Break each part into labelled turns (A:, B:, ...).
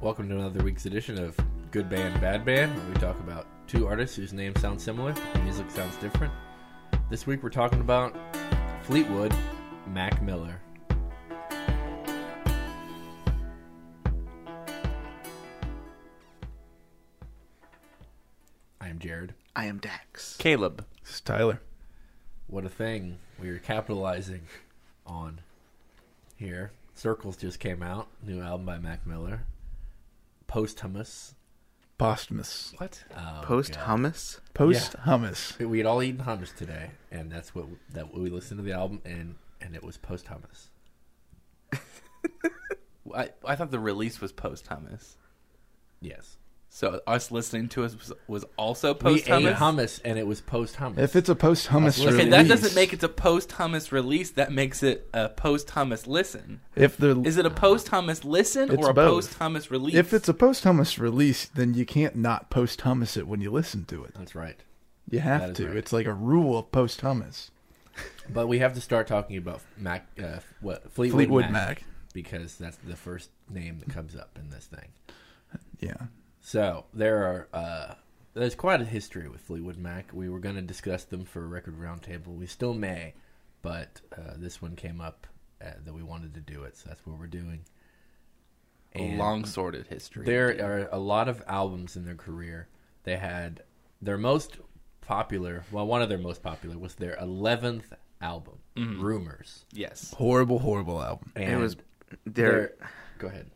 A: Welcome to another week's edition of Good Band, Bad Band, where we talk about two artists whose names sound similar, but music sounds different. This week we're talking about Fleetwood Mac Miller. I am Jared.
B: I am Dax.
C: Caleb.
D: This is Tyler.
A: What a thing we are capitalizing on here. Circles just came out, new album by Mac Miller. Posthumous.
D: Posthumous.
C: What?
A: Oh,
B: Post
A: God.
B: hummus.
D: Post hummus.
A: We had all eaten hummus today, and that's what that we listened to the album, and and it was post hummus.
C: I, I thought the release was post hummus.
A: Yes,
C: So us listening to it was, was also post
A: we ate
C: hummus.
A: hummus, and it was post hummus.
D: If it's a post hummus
C: Okay,
D: release,
C: that doesn't make it a post hummus release. That makes it a post hummus listen.
D: If the
C: Is it a post hummus listen
D: It's
C: or a
D: both.
C: post hummus release?
D: if it's a post hummus release, then you can't not post hummus it when you listen to it.
A: that's right,
D: You
A: That
D: have
A: is
D: to.
A: right.
D: It's like a rule of post hummus.
A: but we have to start talking about Mac, uh, what Fleetwood,
D: Fleetwood
A: Mac,
D: Mac.
A: because that's the first name that comes up in this thing.
D: Yeah.
A: So there are uh, there's quite a history with Fleetwood Mac. We were going to discuss them for a record roundtable. We still may, but uh, this one came up uh, that we wanted to do it, so that's what we're doing.
C: a long sorted history.
A: There are a lot of albums in their career. They had their most popular. Well, one of their most popular was their eleventh album, Rumors.
C: yes.
D: Horrible, horrible album.
A: And
B: It was
A: their.
B: there.
A: Go ahead.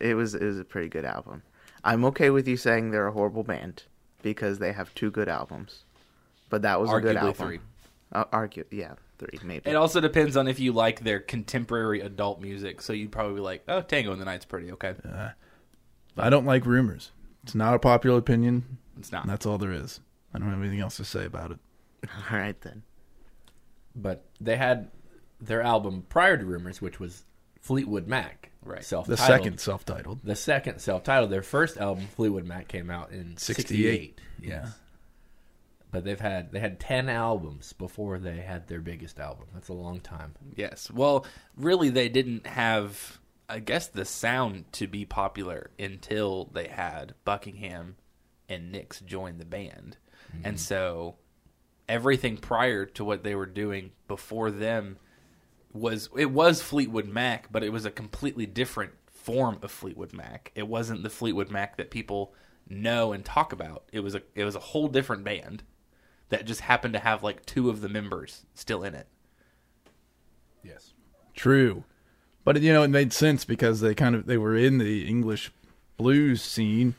B: It was it was a pretty good album. I'm okay with you saying they're a horrible band because they have two good albums, but that was a good
C: Arguably
B: album.
C: three.
B: Uh, argue, yeah, three maybe.
C: It also depends on if you like their contemporary adult music. So you'd probably be like, oh, Tango in the Night's pretty okay.
D: I don't like rumors. It's not a popular opinion.
C: It's not.
D: That's all there is. I don't have anything else to say about it.
B: All right then.
A: But they had their album prior to Rumors, which was Fleetwood Mac.
C: Right. The
A: Self.
D: The second self titled.
A: The second self-titled. Their first album, Fleetwood Mac, came out in '68.
D: 68.
A: Yes. But they've had they had ten albums before they had their biggest album. That's a long time.
C: Yes. Well, really, they didn't have, I guess, the sound to be popular until they had Buckingham and Nix join the band. And so everything prior to what they were doing before them was it was Fleetwood Mac, but it was a completely different form of Fleetwood Mac. It wasn't the Fleetwood Mac that people know and talk about. It was a it was a whole different band that just happened to have like two of the members still in it.
A: Yes.
D: True, but you know it made sense because they kind of they were in the English blues scene,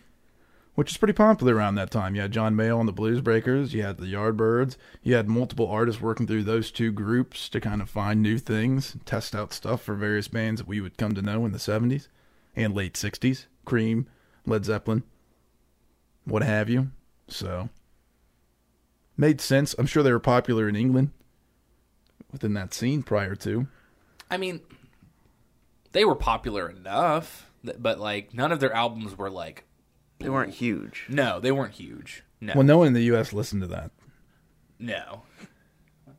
D: which is pretty popular around that time. You had John Mayall and the Blues Breakers, you had the Yardbirds, you had multiple artists working through those two groups to kind of find new things, test out stuff for various bands that we would come to know in the '70s and late '60s. Cream, Led Zeppelin, what have you. So made sense. I'm sure they were popular in England within that scene prior to.
C: I mean, they were popular enough, th- but like none of their albums were like
B: They weren't huge.
C: no, they weren't huge. No,
D: Well, no one in the U.S. listened to that.
C: no.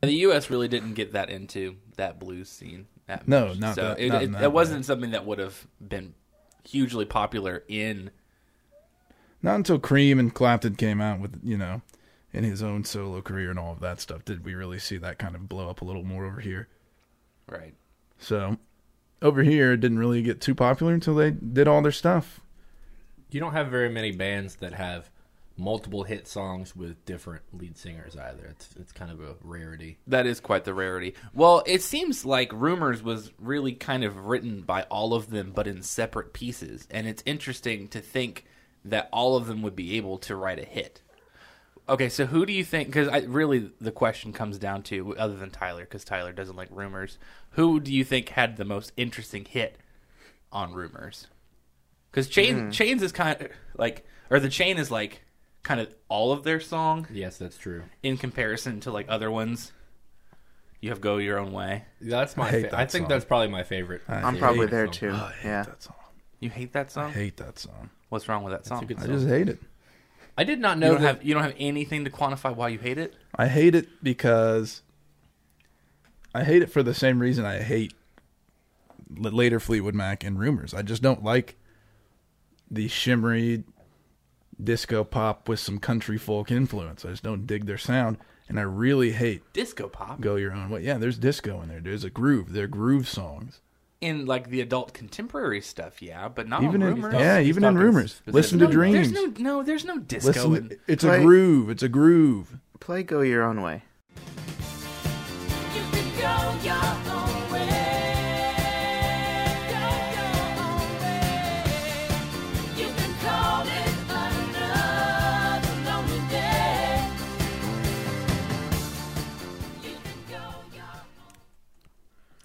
C: And the U.S. really didn't get that into that blues scene. That
D: No,
C: much.
D: not
C: so
D: that-
C: It,
D: not
C: it,
D: in that
C: that wasn't something that would have been hugely popular in.
D: Not until Cream and Clapton came out with, you know, in his own solo career and all of that stuff did we really see that kind of blow up a little more over here.
C: Right.
D: So, over here, it didn't really get too popular until they did all their stuff.
A: You don't have very many bands that have multiple hit songs with different lead singers either. It's it's kind of a rarity.
C: That is quite the rarity. Well, it seems like Rumors was really kind of written by all of them, but in separate pieces. And it's interesting to think that all of them would be able to write a hit. Okay, so who do you think? Because really, the question comes down to, other than Tyler, because Tyler doesn't like rumors, who do you think had the most interesting hit on rumors? Because Chain, Chains is kind of like, or the Chain is like kind of all of their song
A: Yes, that's true.
C: in comparison to like other ones. You have go your own way.
A: That's my. I,
D: hate
A: fa-
D: that
A: I think
D: song.
A: that's probably my favorite.
B: I'm
A: favorite
B: probably
A: song.
B: there too.
D: I hate
B: yeah.
D: that song.
C: You hate that
D: I
C: song.
D: hate that song.
C: What's wrong with that
A: It's a
C: song?
A: good
D: I
A: song.
D: just hate it.
A: I did not
C: You
A: know
C: don't
A: that.
C: have you don't have anything to quantify why you hate it.
D: I hate it because I hate it for the same reason I hate l- later Fleetwood Mac and Rumors. I just don't like the shimmery disco pop with some country folk influence. I just don't dig their sound, and I really hate
C: Disco pop
D: "Go Your Own Way." Yeah, there's disco in there. There's a groove. They're groove songs.
C: in like the adult contemporary stuff, yeah, but not
D: even
C: on
D: in,
C: Oh, rumors.
D: yeah, even in
A: talking
D: rumors.
A: specifically-
D: Listen to
C: no,
D: dreams.
C: There's no, no, there's no disco.
D: Listen,
C: in,
D: it's a
B: Play-
D: groove. It's a groove.
B: Play Go Your Own Way.
E: You can go your own way. Go your own way. You can call it another lonely day. You can go your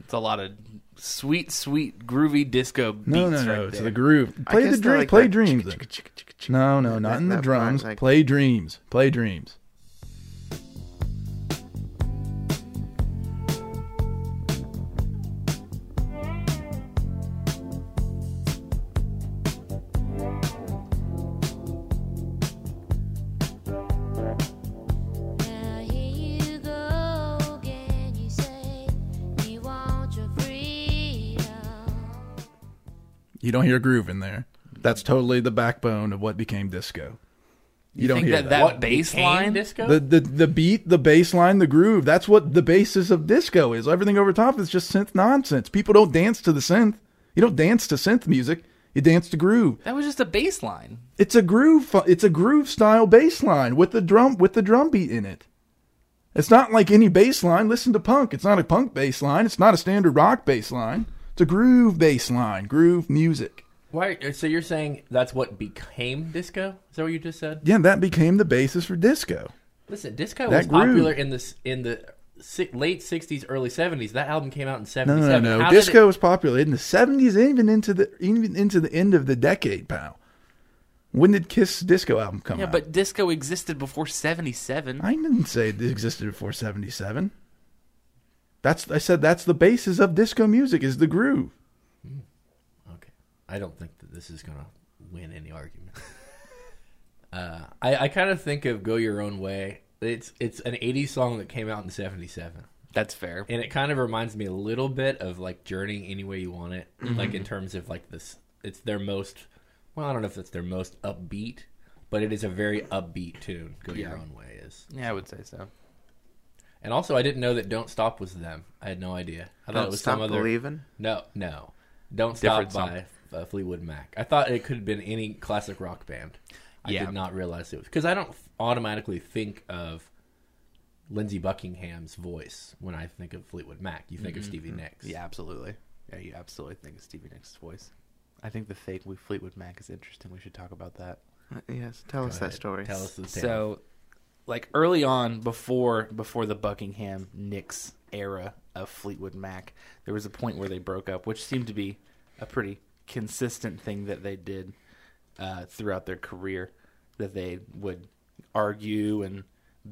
C: it's a lot of sweet, sweet, groovy disco beats.
D: No, no,
C: right
D: no.
C: there.
D: it's the groove.
B: I
D: Play the
B: guess
D: dream.
B: I like
D: play
B: that chicka,
D: dreams. then.
B: chicka, chicka, chicka, chicka.
D: No, no, not
B: That-
D: in the
B: that part,
D: drums.
B: like-
D: Play dreams. Play dreams.
E: Now here you go again. You say you want your freedom.
D: You don't hear groove in there. That's totally the backbone of what became disco. You, don't
C: think
D: hear
C: that
D: that.
C: that
A: What
C: bass
A: became
C: line?
A: disco?
D: The, the the beat, the bass line, the groove. That's what the basis of disco is. Everything over top is just synth nonsense. People don't dance to the synth. You don't dance to synth music. You dance to groove.
C: That was just a bass line.
D: It's a groove. fu- It's a groove style bass line with the drum with the drum beat in it. It's not like any bass line. Listen to punk. It's not a punk bass line. It's not a standard rock bass line. It's a groove bass line. Groove music.
A: Why? So you're saying that's what became disco? Is that what you just said?
D: Yeah, that became the basis for disco.
A: Listen, disco
D: That
A: was
D: groove.
A: popular in the s- in the si- late '60s, early '70s. That album came out in
D: No, no, no,
A: '77.
D: no.
A: How did it-
D: Disco was popular in the seventies, even into the even into the end of the decade, pal. When did Kiss disco album come
C: Yeah,
D: out?
C: but disco existed before '77.
D: I didn't say it existed before seventy seven. That's I said that's the basis of disco music is the groove.
A: Okay. I don't think that this is going to win any argument. uh, I, I kind of think of Go Your Own Way. It's it's an 80s song that came out in 77.
C: That's fair.
A: And it kind of reminds me a little bit of like Journey Any Way You Want It.
B: Mm-hmm.
A: Like in terms of like this, it's their most, well, I don't know if it's their most upbeat, but it is a very upbeat tune, Go Your Own Way is.
C: Yeah, I would say so.
A: And also, I didn't know that Don't Stop was them. I had no idea. I thought
B: Don't
A: it was
B: stop
A: some other.
B: believing.
A: No, no. Don't
C: Different
A: Stop by uh, Fleetwood Mac. I thought it could have been any classic rock band. I
C: Yeah.
A: did not realize it was because I don't automatically think of Lindsey Buckingham's voice when I think of Fleetwood Mac. You think of Stevie Nicks.
C: Mm-hmm. Yeah, absolutely. Yeah, you absolutely think of Stevie Nicks' voice. I think the fake with Fleetwood Mac is interesting. We should talk about that.
B: Yes, tell us
A: Go
B: that
A: ahead.
B: story.
A: Tell us the tale.
C: So, like early on, before before the Buckingham Nicks era of Fleetwood Mac, there was a point where they broke up, which seemed to be a pretty consistent thing that they did uh, throughout their career. That they would argue and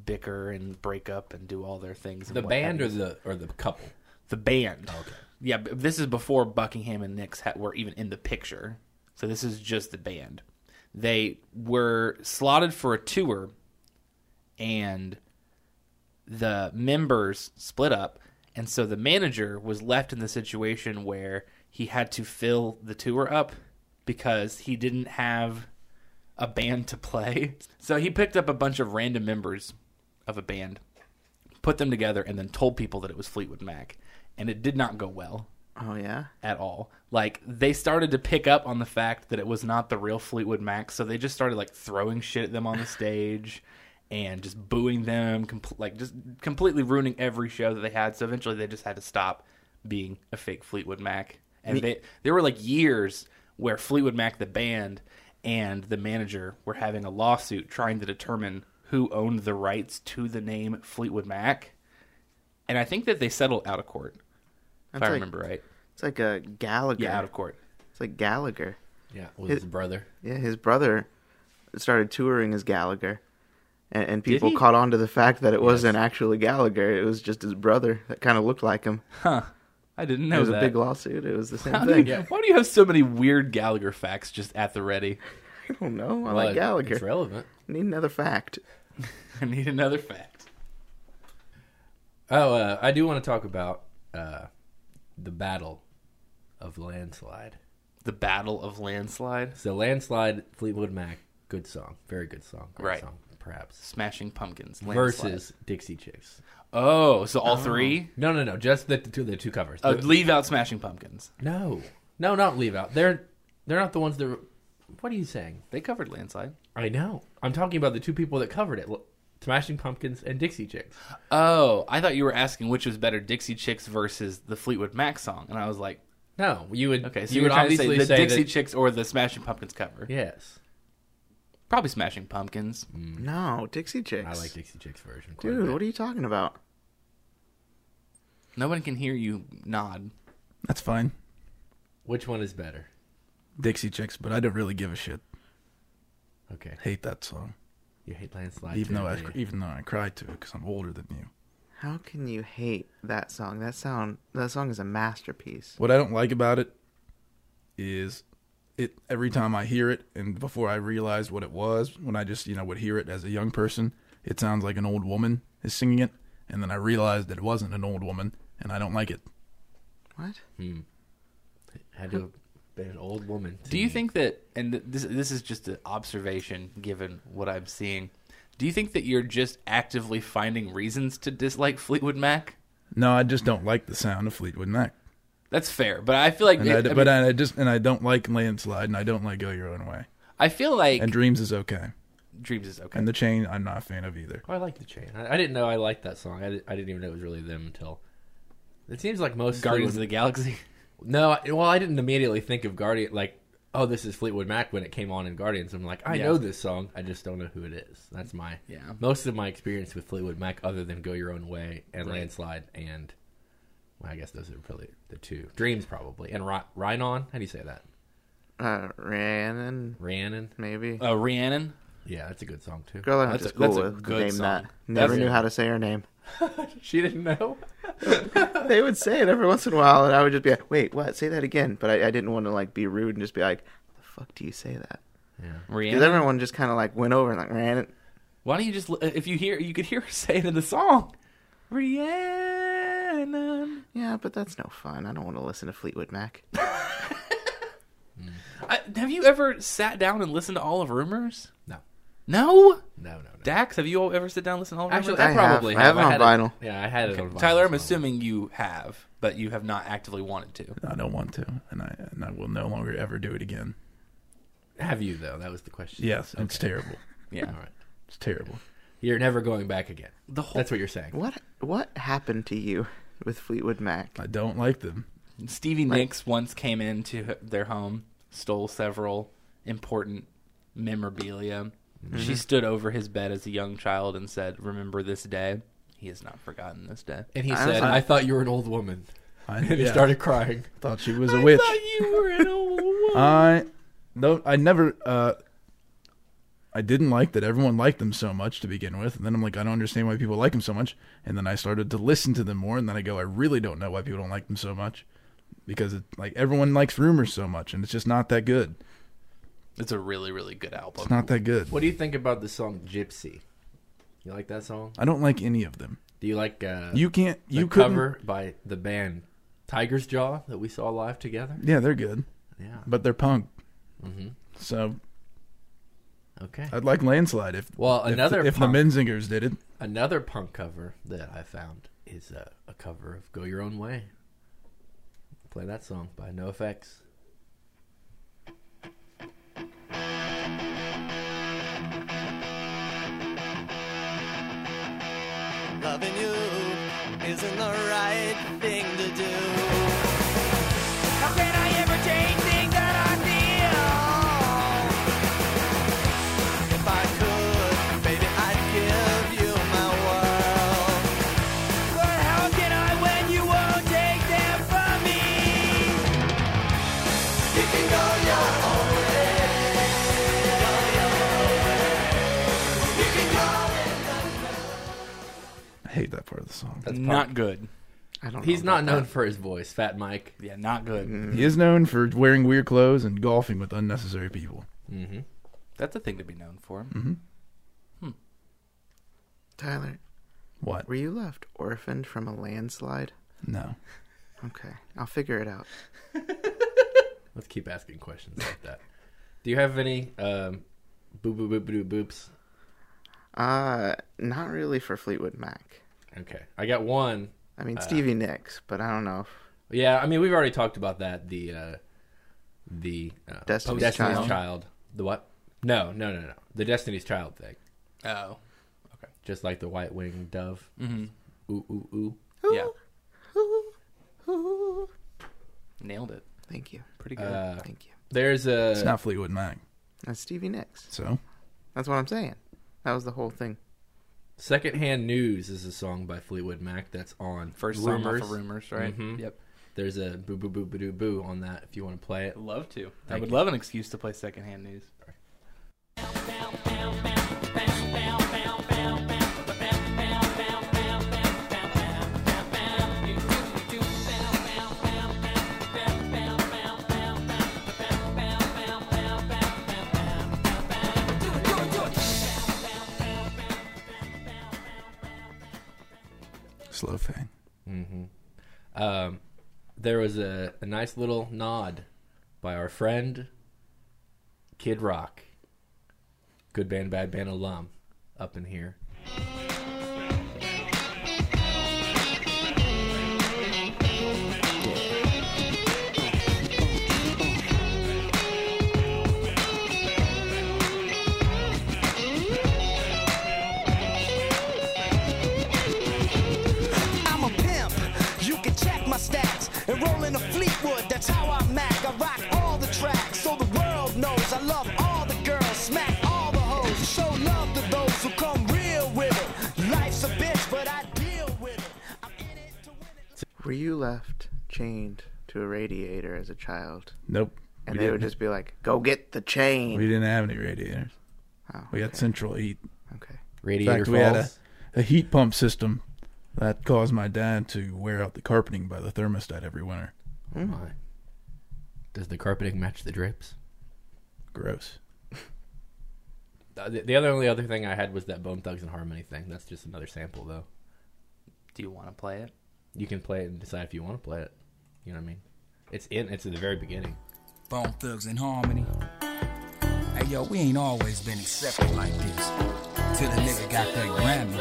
C: bicker and break up and do all their things. and
A: the
C: what
A: band
C: have
A: or
C: you.
A: the or the couple.
C: the band.
A: Okay.
C: Yeah, but this is before Buckingham and Nix ha- were even in the picture. So this is just the band. They were slotted for a tour, and the members split up, and so the manager was left in the situation where he had to fill the tour up because he didn't have a band to play. So he picked up a bunch of random members of a band put them together and then told people that it was Fleetwood Mac and it did not go well
B: Oh yeah.
C: at all. Like they started to pick up on the fact that it was not the real Fleetwood Mac, so they just started like throwing shit at them on the stage and just booing them, compl like just completely ruining every show that they had. So eventually they just had to stop being a fake Fleetwood Mac. And they there were like years where Fleetwood Mac the band and the manager were having a lawsuit trying to determine who owned the rights to the name Fleetwood Mac. And I think that they settled out of court. If
B: That's
C: I
B: like-
C: remember right.
B: It's like a Gallagher.
C: Yeah, out of court.
B: It's like Gallagher.
A: Yeah, with his brother.
B: Yeah, his brother started touring as Gallagher, and, and people
C: he?
B: caught on to the fact that it wasn't actually Gallagher. It was just his brother that kind of looked like him.
C: I didn't
B: It
C: know
B: was
C: that.
B: a big lawsuit. It was the same
C: How do you-
B: thing.
C: Why do you have so many weird Gallagher facts just at the ready?
B: I don't know. I
A: Well,
B: like
A: it- It's
B: Gallagher.
A: relevant.
B: Need another fact.
C: I need another fact.
A: Oh, uh, I do want to talk about uh, the battle of landslide.
C: The Battle of Landslide,
A: So landslide, Fleetwood Mac, good song, very good song, great
C: Right.
A: song, perhaps.
C: Smashing Pumpkins, Landslide.
A: Versus Dixie Chicks.
C: Oh, so all three?
A: No, no, no, just the two the two covers.
C: Uh,
A: The-
C: leave out Smashing Pumpkins.
A: no, no, not leave out. They're they're not the ones that. were- What are you saying?
C: They covered Landslide.
A: I know. I'm talking about the two people that covered it: L- Smashing Pumpkins and Dixie Chicks.
C: Oh, I thought you were asking which was better, Dixie Chicks versus the Fleetwood Mac song, and I was like,
A: No, you would.
C: okay, so
A: you
C: you are
A: would
C: trying to
A: obviously
C: say
A: say,
C: the Dixie
A: that,
C: Chicks or the Smashing Pumpkins cover?
A: Yes,
C: Probably Smashing Pumpkins.
A: Mm.
B: No, Dixie Chicks.
A: I like Dixie Chicks version. quite a
B: Dude,
A: bit.
B: what are you talking about?
C: No one can hear you nod.
D: That's fine.
A: Which one is better?
D: Dixie Chicks, but I don't really give a shit.
A: Okay,
D: Hate that song,
A: you hate landslide.
D: even
A: too,
D: though I
A: do you?
D: even though I cry to it because I'm older than you.
B: How can you hate that song? That sound that song is a masterpiece.
D: What I don't like about it is it every time I hear it and before I realized what it was, when I just, you know, would hear it as a young person, it sounds like an old woman is singing it, and then I realized that it wasn't an old woman and I don't like it.
B: What?
C: Hmm.
A: had to have been an old woman.
C: Do you think that, and th- this this is just an observation given what I'm seeing, do you think that you're just actively finding reasons to dislike Fleetwood Mac?
D: No, I just don't like the sound of Fleetwood Mac.
C: That's fair, but I feel like,
D: And
C: it-
D: I,
C: I, mean,
D: but I, I just and I don't like Landslide and I don't like Go Your Own Way.
C: I feel like
D: And Dreams is okay.
C: Dreams is okay.
D: And the chain I'm not a fan of either.
A: Oh, I like the chain. I, I didn't know I liked that song. I, di- I didn't even know it was really them until. It seems like most
C: Guardians of
A: Fleetwood-
C: the Galaxy.
A: No, I- well, I didn't immediately think of Guardian like, oh, this is Fleetwood Mac when it came on in Guardians. I'm like, I
C: Yeah.
A: know this song, I just don't know who it is. That's my
C: Yeah.
A: Most of my experience with Fleetwood Mac, other than Go Your Own Way and
C: Right.
A: Landslide, and well, I guess those are probably the two. Dreams probably and Ry- Rhinon. How do you say that?
B: Uh Rhiannon,
A: Rhiannon.
B: maybe.
C: Uh, Rhiannon.
A: Yeah, that's a good song too.
B: Girl I went to
C: that's a-
B: school
C: that's a
B: with
C: good
B: named
C: song.
B: that.
C: That's
B: Never
C: a-
B: knew how to say her name.
A: She didn't know.
B: They would say it every once in a while and I would just be like, Wait, what? Say that again. But I, I didn't want to like be rude and just be like, The fuck do you say that? Because
C: Rhiannon.
B: everyone just kinda like went over and like ran
C: Why don't you just, li- if you hear, you could hear her say it in the song. Rhiannon.
B: Yeah, but that's no fun. I don't want to listen to Fleetwood Mac.
C: I, have you ever sat down and listened to all of Rumors?
A: No,
C: No.
A: no, no. no.
C: Dax, have you all ever sit down and listened to all of Rumors?
A: Actually,
B: I
A: I,
B: have.
A: probably
B: I have it on
A: had
B: vinyl.
A: yeah, I had it on vinyl.
C: Tyler, I'm
A: somewhere.
C: assuming you have, but you have not actively wanted to.
D: I don't want to, and I and I will no longer ever do it again.
A: Have you though? That was the question.
D: Yes, it's terrible.
C: Yeah.
A: All right.
D: It's terrible.
A: You're never going back again.
C: The whole
A: That's what you're saying.
B: What what happened to you with Fleetwood Mac?
D: I don't like them.
C: Stevie Nicks once came into their home, stole several important memorabilia. She stood over his bed as a young child and said, "Remember this day." He has not forgotten this day.
A: And he
B: I
A: said,
B: don't-
A: "I thought you were an old woman,"
D: I
A: and he
D: yeah,
A: started crying.
D: thought she was a witch.
C: you were an old woman.
D: I no, I never. Uh, I didn't like that everyone liked them so much to begin with, and then I'm like, I don't understand why people like them so much. And then I started to listen to them more, and then I go, I really don't know why people don't like them so much, because it, like everyone likes rumors so much, and it's just not that good.
C: It's a really, really good album.
D: It's not that good.
A: What do you think about the song "Gypsy"? You like that song?
D: I don't like any of them.
A: Do you like uh,
D: You can't.
A: the
D: You couldn't.
A: cover by the band Tiger's Jaw that we saw live together?
D: Yeah, they're good,
A: Yeah.
D: but they're punk.
A: Mm-hmm.
D: So
A: Okay.
D: I'd like landslide if
A: Well,
D: if-
A: another
D: if,
A: punk-
D: the Menzingers did it.
A: Another punk cover that I found is uh, a cover of "Go Your Own Way." Play that song by NoFX.
F: Loving you isn't the right thing to do. How can I ever change things that I feel? If I could, baby, I'd give you my world. But how can I when you won't take them from me? You can go your own way. You can go.
D: I hate that part of the song.
C: not good.
B: I don't.
A: He's
B: know
A: not
B: about
A: known for his voice, Fat Mike.
C: Yeah, not good.
D: He is known for wearing weird clothes and golfing with unnecessary people.
C: That's a thing to be known for.
B: that. Tyler,
D: What?
B: were you left orphaned from a landslide?
D: No.
B: Okay, I'll figure it out.
A: Let's keep asking questions like that. Do you have any um, boop boop boop boop boops?
B: Uh, not really for Fleetwood Mac.
A: Okay, I got one.
B: I mean Stevie Nicks, but I don't know. If,
A: Yeah, I mean we've already talked about that. The uh, the uh,
B: Destiny's Child.
A: The what? No, no, no, no. The Destiny's Child thing.
C: Oh,
A: Just like the white winged dove. Mm-hmm. Ooh ooh ooh.
C: yeah. Nailed it.
B: thank you,
C: Pretty good.
A: Uh,
B: thank you.
A: there's a
D: It's not Fleetwood Mac.
B: That's Stevie Nicks.
D: So
B: That's what I'm saying. That was the whole thing.
A: Secondhand News is a song by Fleetwood Mac that's on
C: First rumors. rumors, right?
A: Mhm.
C: Yep.
A: There's a boo boo boo boo doo boo on that if you want to play it.
C: Love to. I
A: Thank
C: would
A: you.
C: love an excuse to play secondhand news.
D: slow fang.
A: Um, there was a, a nice little nod by our friend Kid Rock, good band, bad band alum, up in here.
G: I'm a pimp. You can check my stats. Enroll in a Fleetwood, that's how I mac. I rock all the tracks, so the world knows I love all the girls, smack all the hoes. Show love to those who come real with it. Life's a bitch, but I deal with it. I'm in it to win it.
B: Were you left chained to a radiator as a child?
D: Nope.
B: And
D: we
B: they would
D: didn't-
B: just be like, "Go get the chain."
D: we didn't have any radiators.
B: Oh,
D: We had central heat.
B: okay.
D: In
A: Radiator
D: fact, we had
A: Falls.
D: a, a heat pump system that caused my dad to wear out the carpeting by the thermostat every winter.
A: Oh
D: Hmm.
A: my. Does the carpeting match the drapes?
D: Gross.
A: Uh, The, the other only other thing I had was that Bone Thugs and Harmony thing. That's just another sample, though.
C: Do you want to play it?
A: You can play it and decide if you want to play it. You know what I mean? It's in. It's at the very beginning.
H: Bone thugs in harmony. Hey yo, we ain't always been accepted like this. Till the nigga got that Grammy.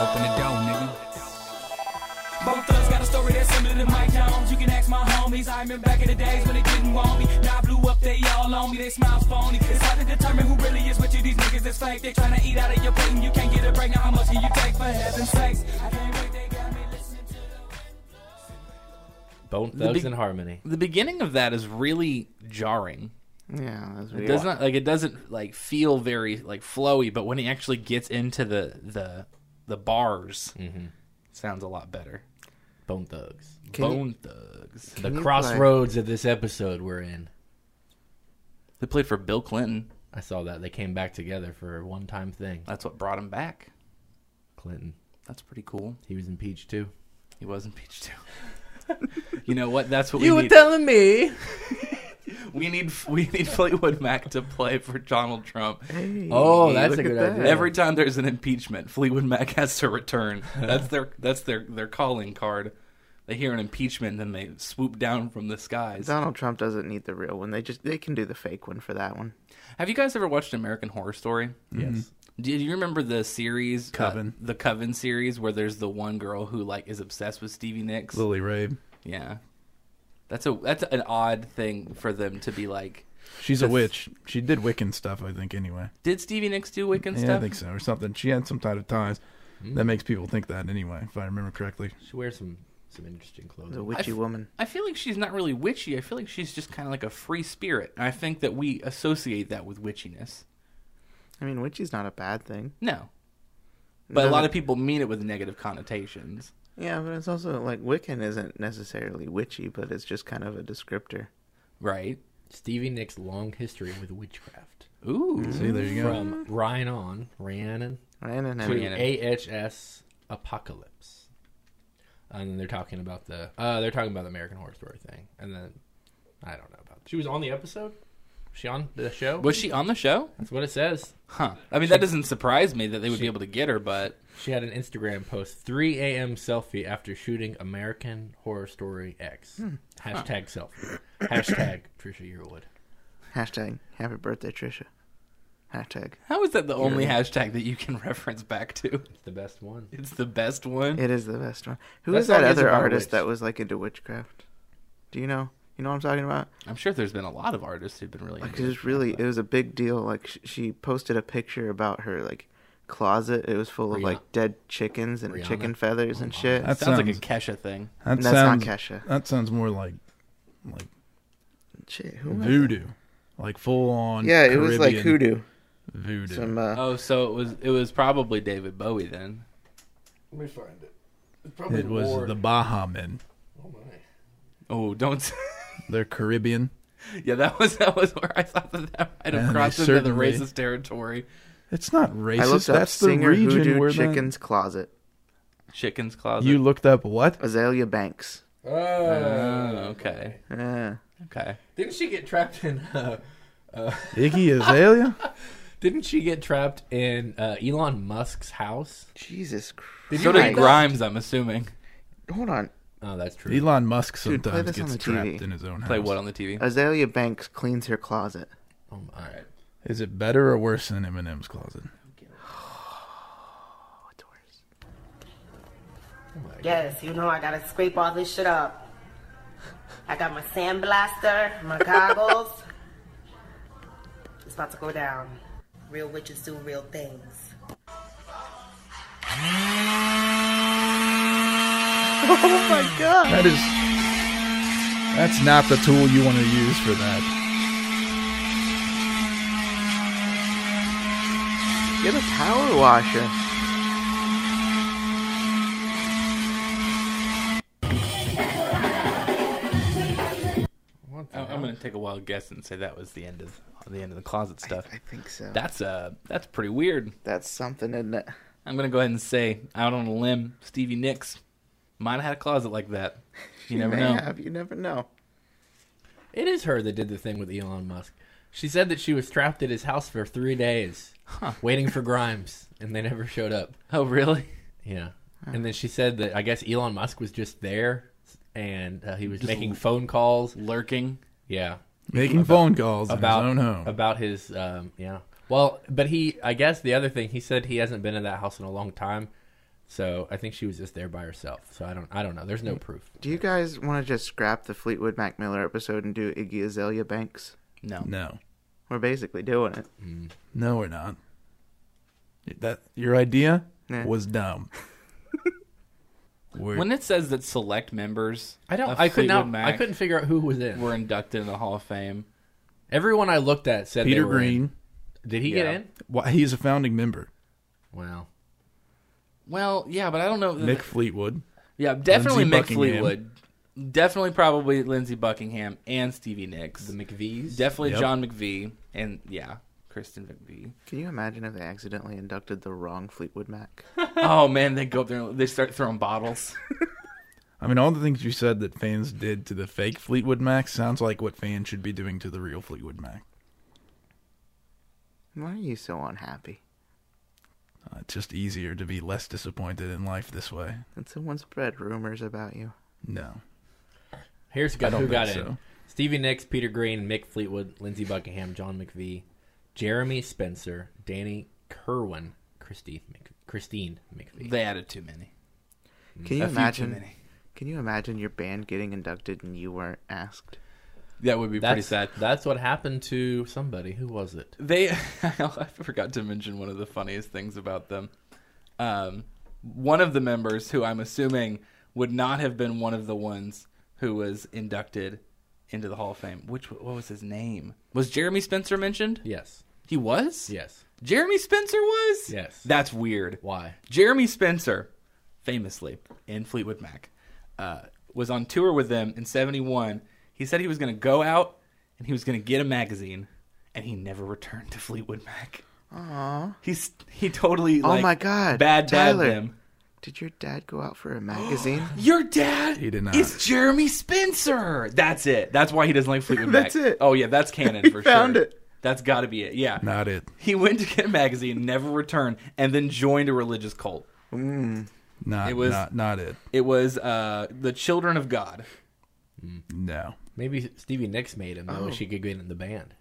H: Open the door, nigga. Bone thugs got a story that's similar to Mike Jones. You can ask my homies. I remember back in the days when they didn't want me. Now I blew up, they all on me. They smile phony. It's hard to determine who really is with you. These niggas is fake. They tryna eat out of your plate and you can't get a break. Now how much can you take for heaven's sakes? I can't wait. They got me listening to the.
A: Bone
C: The
A: Thugs
C: big-
A: and Harmony.
C: The beginning of that is really jarring.
B: Yeah, that's
C: It
B: weird.
C: does not like it doesn't like feel very like flowy, but when he actually gets into the the the bars, sounds a lot better.
A: Bone Thugs.
B: Can you-
C: Bone Thugs.
A: The
B: you play-
A: crossroads of this episode we're in.
C: They played for Bill Clinton.
A: I saw that they came back together for a one-time thing.
C: That's what brought him back.
A: Clinton.
C: That's pretty cool.
A: He was impeached too.
C: He was impeached too. you know what? That's what we need.
A: telling me.
C: we need we need Fleetwood Mac to play for Donald Trump.
A: Oh,
B: Hey,
A: that's a
B: look at
A: good
B: that.
A: idea.
C: Every time there's an impeachment, Fleetwood Mac has to return. That's their that's their their calling card. They hear an impeachment, then they swoop down from the skies.
B: Donald Trump doesn't need the real one. They just they can do the fake one for that one.
C: Have you guys ever watched American Horror Story?
A: yes.
C: Do you remember the series uh,
D: Mm-hmm. Coven.
C: the Coven series where there's the one girl who like is obsessed with Stevie Nicks?
D: Lily Rabe.
C: Yeah. That's a that's an odd thing for them to be like.
D: She's a witch. She did Wiccan stuff, I think, anyway.
C: Did Stevie Nicks do Wiccan
D: Yeah,
C: stuff?
D: I think so, or something. She had some type of ties
C: Hmm.
D: that makes people think that anyway, if I remember correctly.
A: She wears some some interesting
B: The
A: clothing.
B: witchy
C: f-
B: woman.
C: I feel like she's not really witchy. I feel like she's just kind of like a free spirit. And I think that we associate that with witchiness.
B: I mean, witchy's not a bad thing.
C: No. But a lot
B: Doesn't-
C: of people mean it with negative connotations.
B: Yeah, but it's also like Wiccan isn't necessarily witchy, but it's just kind of a descriptor.
C: Right?
A: Stevie Nicks' long history with witchcraft.
C: Ooh.
D: See, there you go.
A: From Ryan on, Rhiannon
B: Rhiannon
A: to
B: and
C: Rhiannon.
A: AHS Apocalypse. And then they're talking about the uh they're talking about the American Horror Story thing. And then I don't know about She was on the episode? She on the show?
C: Was she on the show?
A: That's what it says.
C: Huh. I mean, that doesn't surprise me that they would be able to get her, but
A: She had an Instagram post 3 a.m. selfie after shooting American Horror Story X. Hashtag selfie. Hashtag Trisha Yearwood.
B: Hashtag happy birthday, Trisha. Hashtag.
C: How is that the only hashtag that you can reference back to?
A: It's the best one.
C: It's the best one.
B: It is the best one. Who
A: That
B: was that
A: song is
B: other
A: about
B: artist
A: witch.
B: that was like into witchcraft? Do you know? You know what I'm talking about?
C: I'm sure there's been a lot of artists who've been really.
B: Like
C: into
B: it
C: it.
B: was really, it was a big deal. Like sh- she posted a picture about her like closet. It was full of
A: Rihanna.
B: like dead chickens and
A: Rihanna.
B: chicken feathers
D: Oh
B: and shit.
D: That
C: Sounds like a
D: sounds-
C: Kesha thing.
D: That
B: That's
D: sounds
B: not Kesha.
D: That sounds more like like
B: Shit, who was it?
D: voodoo, like full on.
B: Yeah, it was like
D: Caribbean
B: hoodoo.
D: voodoo.
B: Some uh,
C: Oh, so it was it was probably David Bowie then.
A: Let me find it. It's probably
D: it was the Baha Men.
A: Oh my.
C: Oh, don't. s-
D: They're Caribbean.
C: yeah, that was that was where I thought that that might
D: Yeah,
C: have
D: they
C: crossed into the
D: certainly-
C: racist territory.
D: It's not racist.
B: I looked up
D: That's the
B: singer
D: region
B: hoodoo
D: where
B: chickens closet.
C: Chicken's closet.
D: You looked up what?
B: Azalea Banks.
A: Oh,
C: Oh, okay.
B: Yeah.
C: Okay.
A: Didn't she get trapped in? Uh,
D: Iggy Azalea.
A: didn't she get trapped in uh, Elon Musk's house?
B: Jesus Christ.
C: So did
A: Nice.
C: Grimes, I'm assuming.
B: Hold on.
A: Oh, that's true.
D: Elon Musk
B: Dude, play
D: sometimes
B: this on
D: gets
B: the TV.
D: trapped in his own house.
C: Play what on the TV?
B: Azalea Banks cleans her closet.
A: Oh, all right.
D: Is it better or worse than Eminem's closet?
I: Yes, you know I gotta scrape all this shit up. I got my sandblaster, my goggles. it's about to go down. Real witches do real things.
D: That is. That's not the tool you want to use for that.
B: Get a power washer.
C: I'm, I'm gonna take a wild guess and say that was the end of the end of the closet stuff.
B: I think so.
C: That's uh that's pretty weird.
B: That's something, isn't it?
C: I'm gonna go ahead and say out on a limb, Stevie Nicks might have had a closet like that. You never
B: may
C: know.
B: have. You never know.
A: It is her that did the thing with Elon Musk. She said that she was trapped at his house for three days, waiting for Grimes, and they never showed up.
C: Oh really?
A: Yeah. And then she said that I guess Elon Musk was just there, and uh, he was making phone calls.
C: Lurking.
A: Yeah,
D: Making phone calls
A: about
D: in his own home.
A: about his um, yeah. Well, but he I guess the other thing he said he hasn't been in that house in a long time, so I think she was just there by herself. So I don't I don't know. There's no proof.
B: Do you guys want to just scrap the Fleetwood Mac Miller episode and do Iggy Azalea Banks?
C: No.
D: no,
B: We're basically doing it.
D: no, we're not. That your idea
B: Yeah.
D: was dumb. We're-
C: When it says that select members
A: I don't.
C: of
A: I could
C: Fleetwood
A: not.
C: Mac
A: I couldn't figure out who was in.
C: were inducted in the Hall of Fame.
A: Everyone I looked at said they
D: Peter
A: were in.
D: Green,
A: Did he
C: Yeah.
A: get in?
D: why, he's a founding member.
A: Wow.
C: Well, yeah, but I don't know.
D: Mick Fleetwood.
C: yeah, definitely
D: Lindsey
C: Mick
D: Buckingham.
C: Fleetwood. Definitely probably Lindsey Buckingham and Stevie Nicks.
A: The McVees.
C: Definitely
D: Yep.
C: John McVie and yeah, Kristen McVie.
B: Can you imagine if they accidentally inducted the wrong Fleetwood Mac?
C: oh man, they go up there and they start throwing bottles.
D: I mean, all the things you said that fans did to the fake Fleetwood Mac sounds like what fans should be doing to the real Fleetwood Mac.
B: Why are you so unhappy?
D: Uh, it's just easier to be less disappointed in life this way.
B: Did someone spread rumors about you?
D: No.
A: Here's got,
D: don't
A: who got
D: think so.
A: in: Stevie Nicks, Peter Green, Mick Fleetwood, Lindsey Buckingham, John McVie, Jeremy Spencer, Danny Kerwin, Christine Mc, Christine McVie.
C: they added too many.
B: Can you
C: A few too
B: imagine?
C: many.
B: Can you imagine your band getting inducted and you weren't asked?
C: That would be pretty
A: That's
C: sad.
A: that's what happened to somebody. Who was it?
C: They, I forgot to mention one of the funniest things about them. Um, one of the members, who I'm assuming would not have been one of the ones who was inducted into the Hall of Fame. Which what was his name? Was Jeremy Spencer mentioned?
A: Yes.
C: He was.
A: Yes.
C: Jeremy Spencer was.
A: Yes.
C: That's weird.
A: Why?
C: Jeremy Spencer, famously in Fleetwood Mac, uh, was on tour with them in '71. He said he was going to go out and he was going to get a magazine, and he never returned to Fleetwood Mac. Aww. He's he totally.
B: Oh
C: like,
B: my God,
C: Bad dad
B: Tyler.
C: them.
B: Did your dad go out for a magazine?
C: Your dad
D: He did not.
C: is Jeremy Spencer. That's it. That's why he doesn't like Fleetwood Mac.
B: That's it.
C: Oh yeah, that's canon
B: He
C: for
B: found
C: sure.
B: it.
C: That's got to be it. Yeah.
D: Not it.
C: He went to get a magazine, never returned, and then joined a religious cult.
D: Not,
C: It was-
D: not, not it.
C: It was uh, the Children of God.
D: No.
A: Maybe Stevie Nicks made him.
D: Oh.
A: That way she could get in the band.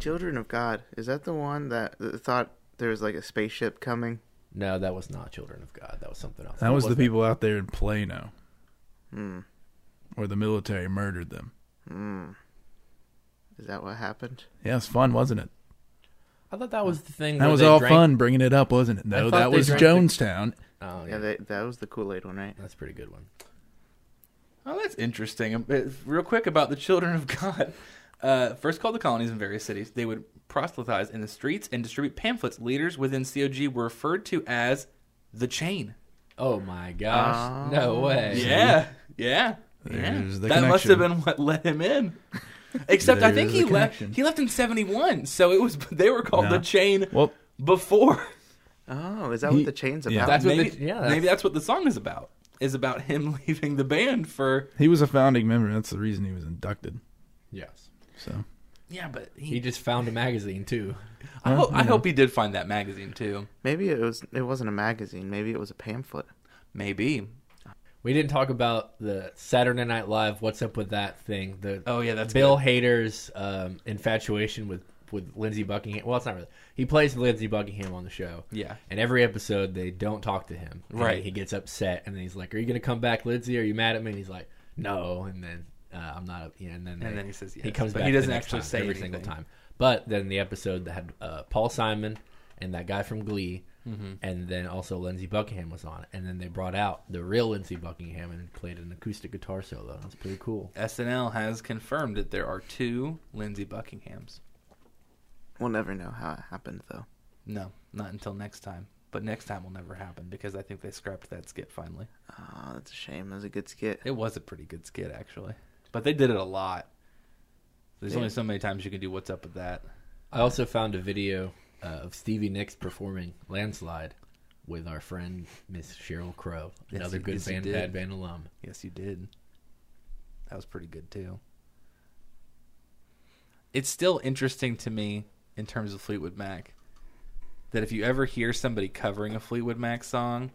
B: Children of God. Is that the one that that thought there was like a spaceship coming?
A: No, that was not Children of God. That was Hmm. something else.
D: That was the
A: wasn't-
D: people out there in Plano. Where the military murdered them.
B: Is that what happened?
D: Yeah, it's fun, wasn't it?
A: I thought that was the thing.
D: That
A: where
D: was
A: they
D: all
A: drank-
D: fun bringing it up, wasn't it? No,
A: thought
D: that
A: they
D: was
A: drank the-
D: Jonestown.
A: Oh, yeah,
B: Yeah, that, that was the Kool Aid one, right?
A: that's a pretty good one.
C: Oh, that's interesting. Um, uh, Real quick about the Children of God. Uh, first called the colonies in various cities, they would proselytize in the streets and distribute pamphlets. Leaders within COG were referred to as the chain.
A: Oh my gosh! no
D: Oh.
A: way.
C: Yeah, yeah, yeah.
D: There's the
C: that must
D: connection.
C: have been what let him in. Except I think
D: There's the
C: he left.
D: connection.
C: He left in seventy one, so it was they were called
D: Nah.
C: the chain
D: Well,
C: before.
B: Oh, is that
D: He-
B: what the chain's about?
D: yeah.
A: That's what
C: maybe,
A: the- yeah,
C: maybe
A: that's-
C: that's what the song is about. Is about him leaving the band for
D: he was a founding member. That's the reason he was inducted.
A: Yes.
D: So
C: yeah, but he,
A: He just found a magazine too.
C: I, hope, I hope he did find that magazine too.
B: Maybe it was. It wasn't a magazine. Maybe it was a pamphlet.
C: Maybe.
A: We didn't talk about the Saturday Night Live. What's up with that thing? The
C: Oh, yeah, that's
A: Bill Hader's um, infatuation with with Lindsey Buckingham. Well, it's not really. He plays Lindsey Buckingham on the show.
C: Yeah.
A: And every episode, they don't talk to him. And
C: Right.
A: He gets upset, and then he's like, "Are you going to come back, Lindsey? Are you mad at me?" And he's like, "No." And then uh, I'm not. You know, and then they-
C: then he says
A: He
C: yes,
A: comes
C: but
A: back.
C: he
A: the
C: doesn't
A: next
C: actually
A: time,
C: say
A: every
C: anything.
A: single time. But then the episode that had uh, Paul Simon and that guy from Glee,
C: Mm-hmm.
A: and then also Lindsey Buckingham was on it. And then they brought out the real Lindsey Buckingham and played an acoustic guitar solo. That's pretty cool.
C: SNL has confirmed that there are two Lindsay Buckinghams.
B: We'll never know how it happened, though.
C: No, not until next time. But next time will never happen because I think they scrapped that skit finally.
B: Oh, that's a shame. It was a good skit.
C: It was a pretty good skit actually, but they did it a lot. There's only so many times you can do what's up with that.
A: I also found a video uh, of Stevie Nicks performing "Landslide" with our friend Miss Cheryl Crow,
C: Yes,
A: another
C: you-
A: good
C: yes, you
A: band,
C: did.
A: bad band alum.
C: Yes, you did. That was pretty good too. It's still interesting to me in terms of Fleetwood Mac that if you ever hear somebody covering a Fleetwood Mac song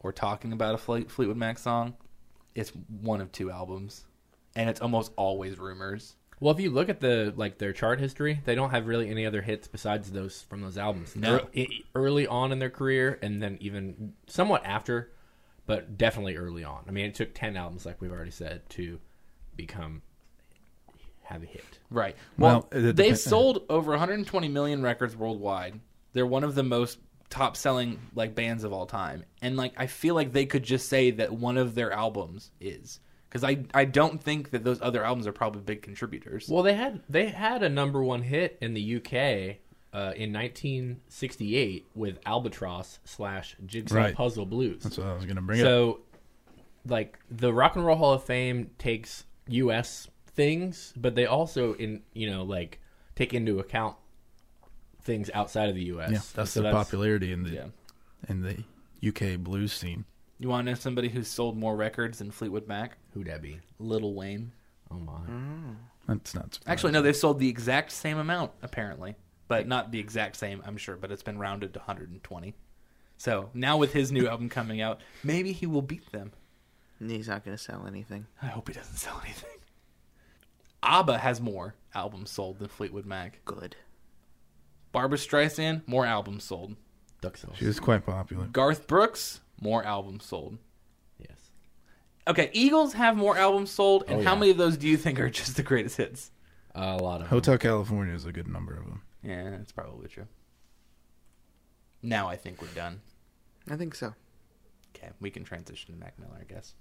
C: or talking about a Fle- Fleetwood Mac song, it's one of two albums, and it's almost always rumors.
A: Well, if you look at the like their chart history, they don't have really any other hits besides those from those albums.
C: No.
A: Ear- e- early on in their career, and then even somewhat after, but definitely early on. I mean, it took ten albums, like we've already said, to become have a hit.
C: Right. Well,
D: Well, it
C: they've
D: depen-
C: sold over 120 million records worldwide. They're one of the most top-selling like bands of all time. And like I feel like they could just say that one of their albums is cuz I I don't think that those other albums are probably big contributors.
A: Well, they had they had a number one hit in the UK uh, in 1968 with Albatross slash Jigsaw
D: Right.
A: Puzzle Blues.
D: that's what I was going to bring up.
A: So, like the Rock and Roll Hall of Fame takes U.S. things, but they also in you know like take into account things outside of the U.S.
D: Yeah, that's
A: So
D: the popularity in the
C: yeah.
D: in the UK blues scene.
C: You want to know somebody who sold more records than Fleetwood Mac?
A: Who that be?
C: Lil Wayne.
A: Oh my!
D: Mm-hmm. That's not surprising.
C: Actually no, they've sold the exact same amount apparently. But not the exact same, I'm sure, but it's been rounded to 120. So, now with his new album coming out, maybe he will beat them.
B: And He's not going to sell anything.
C: I hope he doesn't sell anything. ABBA has more albums sold than Fleetwood Mac.
B: Good.
C: Barbara Streisand, more albums sold.
A: Duck sauce.
D: she was quite popular.
C: Garth Brooks, more albums sold.
A: Yes.
C: Okay, Eagles have more albums sold, and
A: Oh,
C: how
A: yeah.
C: many of those do you think are just the greatest hits?
A: a lot of
D: Hotel California is a good number of them.
C: Yeah, that's probably true. Now I think we're done.
B: I think so.
C: Okay, we can transition to Mac Miller, I guess.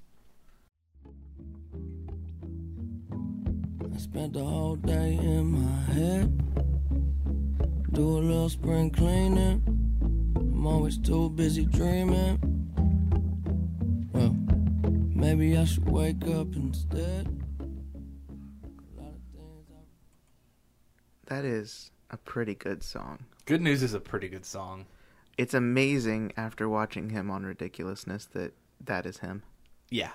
H: I spent the whole day in my head. Do a little spring cleaning. I'm always too busy dreaming. Well, maybe I should wake up instead. A lot of things I
B: That is a pretty good song.
C: Good News is a pretty good song.
B: It's amazing after watching him on Ridiculousness that that is him.
C: Yeah.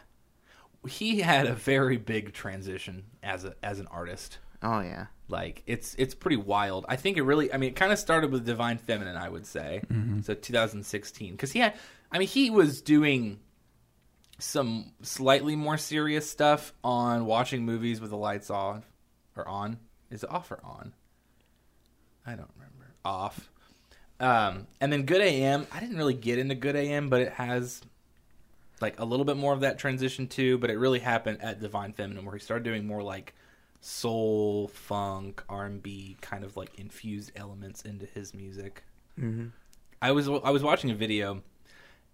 C: He had a very big transition as a as an artist.
B: Oh yeah.
C: like it's it's pretty wild i think it really i mean it kind of started with divine feminine i would say so 2016 because he had I mean, he was doing some slightly more serious stuff on watching movies with the lights off or on. Is it off or on? I don't remember. Off. Um, and then Good AM. I didn't really get into Good AM, but it has like a little bit more of that transition too. But it really happened at Divine Feminine, where he started doing more like soul, funk, R and B kind of like infused elements into his music. I was I was watching a video,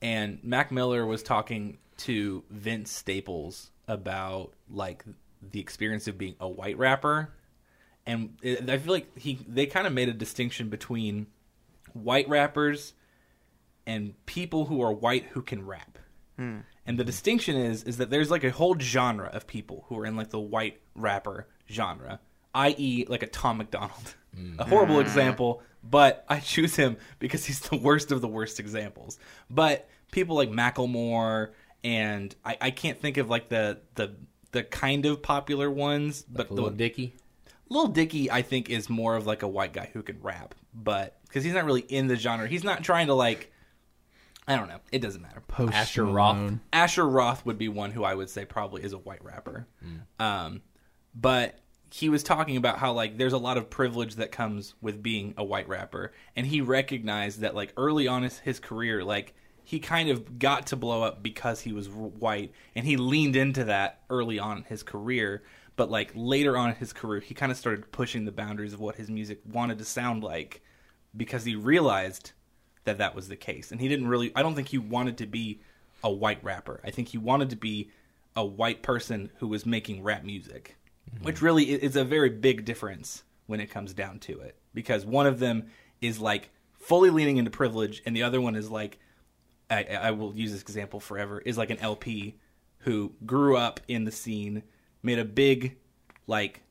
C: and Mac Miller was talking to Vince Staples about like the experience of being a white rapper, and it, I feel like he they kind of made a distinction between white rappers and people who are white who can rap. And the distinction is is that there's like a whole genre of people who are in like the white rapper genre, i.e., like a Tom McDonald. A horrible example, but I choose him because he's the worst of the worst examples. But people like Macklemore and I, I can't think of like the the the kind of popular ones, but
A: Little
C: the
A: Dicky.
C: Lil Dicky, I think, is more of like a white guy who can rap, but because he's not really in the genre, he's not trying to like. I don't know. It doesn't matter.
D: Post
A: Asher Roth.
D: Malone.
C: Asher Roth would be one who I would say probably is a white rapper. Um, but he was talking about how like there's a lot of privilege that comes with being a white rapper, and he recognized that like early on his, his career, like he kind of got to blow up because he was r- white, and he leaned into that early on in his career. But like later on in his career, he kind of started pushing the boundaries of what his music wanted to sound like, because he realized that that was the case. And he didn't really, I don't think he wanted to be a white rapper. I think he wanted to be a white person who was making rap music, which really i- is a very big difference when it comes down to it. Because one of them is like fully leaning into privilege, and the other one is like, I, I will use this example forever, is like an LP who grew up in the scene, made a big, like,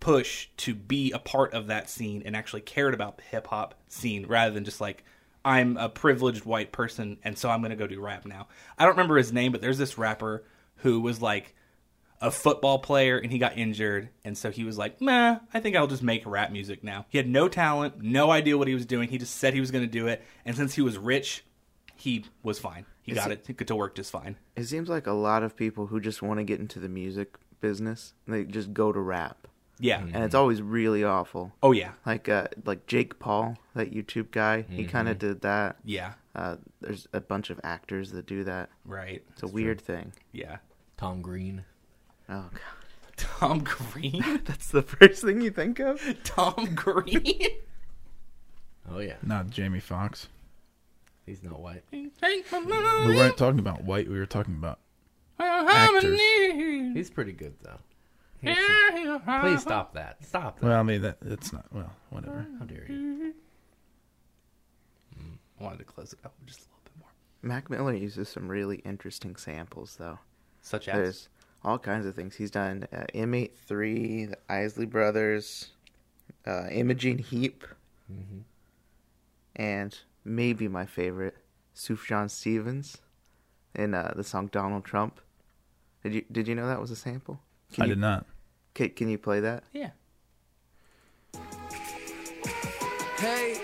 C: push to be a part of that scene and actually cared about the hip hop scene rather than just like I'm a privileged white person and so I'm going to go do rap now. I don't remember his name, but there's this rapper who was like a football player and he got injured and so he was like, "Meh, I think I'll just make rap music now." He had no talent, no idea what he was doing. He just said he was going to do it and since he was rich, he was fine. He got it. He could to work just fine.
B: It seems like a lot of people who just want to get into the music business, they just go to rap,
C: Yeah.
B: and
A: Mm-hmm.
B: it's always really awful.
C: Oh yeah.
B: Like uh, like Jake Paul, that YouTube guy, he kind
A: Mm-hmm.
B: of did that.
C: Yeah.
B: Uh, there's a bunch of actors that do that.
C: Right.
B: It's a weird thing.
C: Yeah.
A: Tom Green.
B: Oh god,
C: Tom Green.
B: that's the first thing you think of.
C: Tom Green.
A: Oh yeah,
D: Not Jamie Foxx.
A: he's not white.
D: We weren't talking about white. We were talking about actors.
A: He's pretty good though. He should- Please stop that. Stop that.
D: Well, I mean that it's not. Well, whatever.
A: How dare you?
C: I wanted to close it up just a little bit more.
B: Mac Miller uses some really interesting samples though.
C: Such as
B: There's all kinds of things he's done. Uh, M83, the Isley Brothers, uh, Imogene Heap, Mm-hmm. and maybe my favorite, Sufjan Stevens, in uh, the song Donald Trump. Did you did you know that was a sample? Can
D: I
B: you,
D: did not.
B: Can, can you play that?
C: yeah.
F: Hey.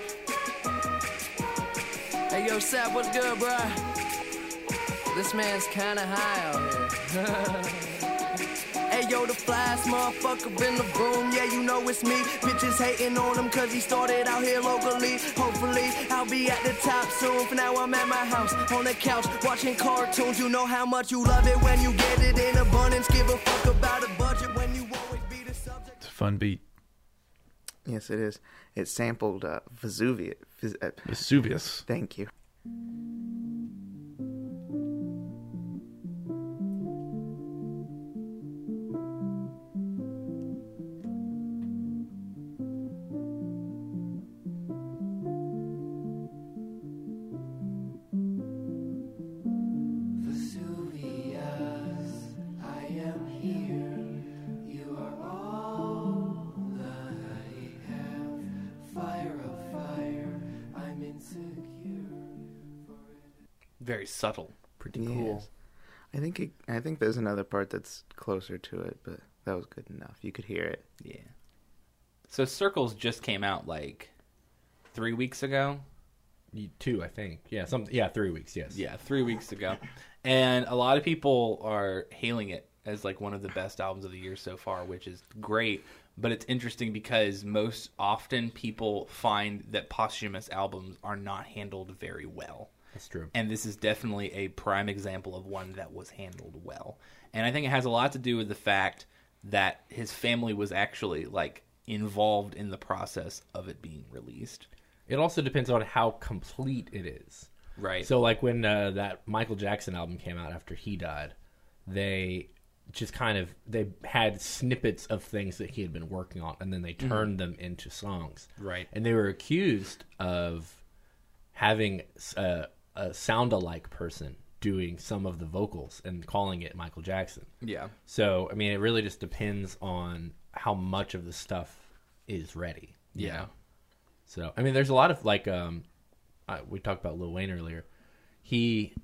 F: Hey, yo, Sap, what's good, bruh? This man's kinda high out here. hey, yo, the flyest motherfucker in the room. Yeah, you know it's me. Bitches hating on him cause he started out here locally. Hopefully, I'll be at the top soon. For now, I'm at my house, on the couch, watching cartoons. You know how much you love it when you get it in abundance. Give a fuck about a budget when you always be the subject.
D: It's a fun beat.
B: Yes, it is. It sampled uh, Vesuvius. Ves- uh,
D: Vesuvius.
B: thank you.
C: Very subtle.
A: Pretty cool.
B: Yes. I think it, I think there's another part that's closer to it, but that was good enough. You could hear it.
C: Yeah. So Circles just came out like three weeks ago.
A: y- two, I think. Yeah, some yeah, three weeks. Yes.
C: Yeah, three weeks ago. And a lot of people are hailing it as like one of the best albums of the year so far, which is great. But it's interesting because most often people find that posthumous albums are not handled very well.
A: that's true.
C: And this is definitely a prime example of one that was handled well. And I think it has a lot to do with the fact that his family was actually like involved in the process of it being released.
A: It also depends on how complete it is.
C: Right.
A: So, like when uh, that Michael Jackson album came out after he died, they just kind of they had snippets of things that he had been working on, and then they turned them into songs.
C: Mm-hmm. Right.
A: And they were accused of having a, a sound-alike person doing some of the vocals and calling it Michael Jackson.
C: Yeah.
A: So, I mean, it really just depends on how much of the stuff is ready. you
C: Yeah.
A: know? So, I mean, there's a lot of like, um, I, we talked about Lil Wayne earlier. He,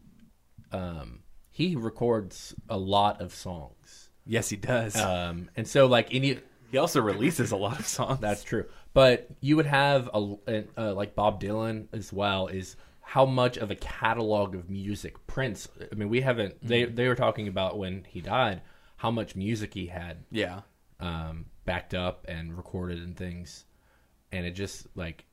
A: um, he records a lot of songs.
C: Yes, he does.
A: Um, and so like any,
C: he also releases a lot of songs.
A: that's true. But you would have a, an uh, like Bob Dylan as well is how much of a catalog of music Prince. I mean, we haven't. They they were talking about when he died, how much music he had
C: yeah.
A: um, backed up and recorded and things. And it just like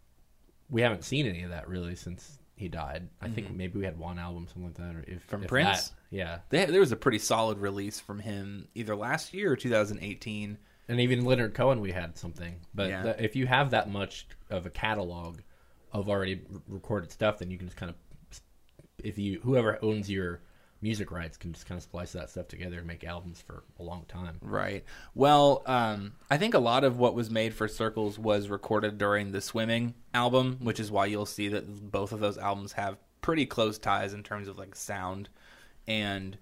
A: we haven't seen any of that really since he died. I think maybe we had one album, something like that, or if
C: Mm-hmm. From
A: if
C: Prince?
A: that. yeah.
C: They, there was a pretty solid release from him either last year or 2018.
A: And even Leonard Cohen, we had something. But
C: Yeah.
A: the- if you have that much of a catalog of already r- recorded stuff, then you can just kind of if you whoever owns your music rights can just kind of splice that stuff together and make albums for a long time.
C: Right. Well, um, I think a lot of what was made for Circles was recorded during the Swimming album, which is why you'll see that both of those albums have pretty close ties in terms of like sound. And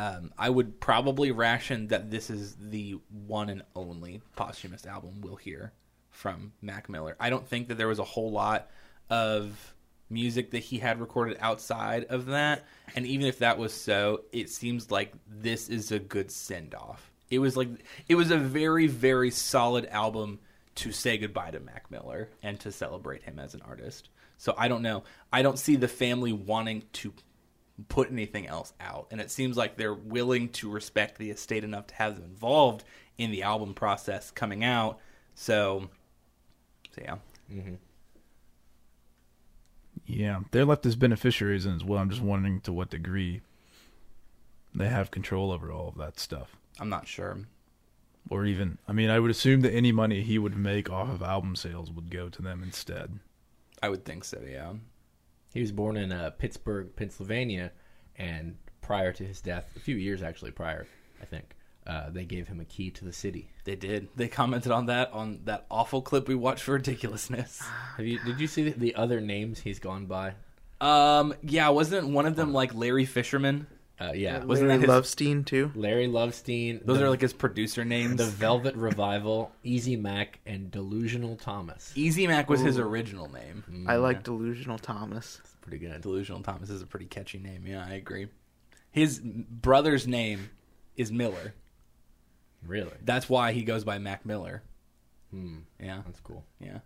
C: um, I would probably ration that this is the one and only posthumous album we'll hear from Mac Miller. I don't think that there was a whole lot of music that he had recorded outside of that. And even if that was so, it seems like this is a good send off. It was like it was a very, very solid album to say goodbye to Mac Miller and to celebrate him as an artist. So I don't know. I don't see the family wanting to put anything else out. And it seems like they're willing to respect the estate enough to have them involved in the album process coming out. So, so yeah.
D: Yeah, they're left as beneficiaries and as well. I'm just wondering to what degree they have control over all of that stuff.
C: I'm not sure.
D: Or even, I mean, I would assume that any money he would make off of album sales would go to them instead.
C: I would think so, yeah.
A: He was born in uh, Pittsburgh, Pennsylvania, and prior to his death, a few years actually prior, I think, uh, they gave him a key to the city.
C: They did. They commented on that on that awful clip we watched for ridiculousness.
A: Have you, did you see the, the other names he's gone by?
C: Um, yeah, wasn't one of them like Larry Fisherman?
A: Uh, yeah,
C: Was- Wasn't
B: Larry
C: that
B: Lovestein too?
A: Larry Lovestein.
C: Those
A: the,
C: are like his producer names.
A: the Velvet Revival, Easy Mac, and Delusional Thomas.
C: Easy Mac was his original name.
B: I like Delusional Thomas.
A: Pretty good.
C: Delusional Thomas is a pretty catchy name. Yeah, I agree. His brother's name is Miller.
A: Really,
C: That's why he goes by Mac Miller. Yeah,
A: that's cool.
C: yeah.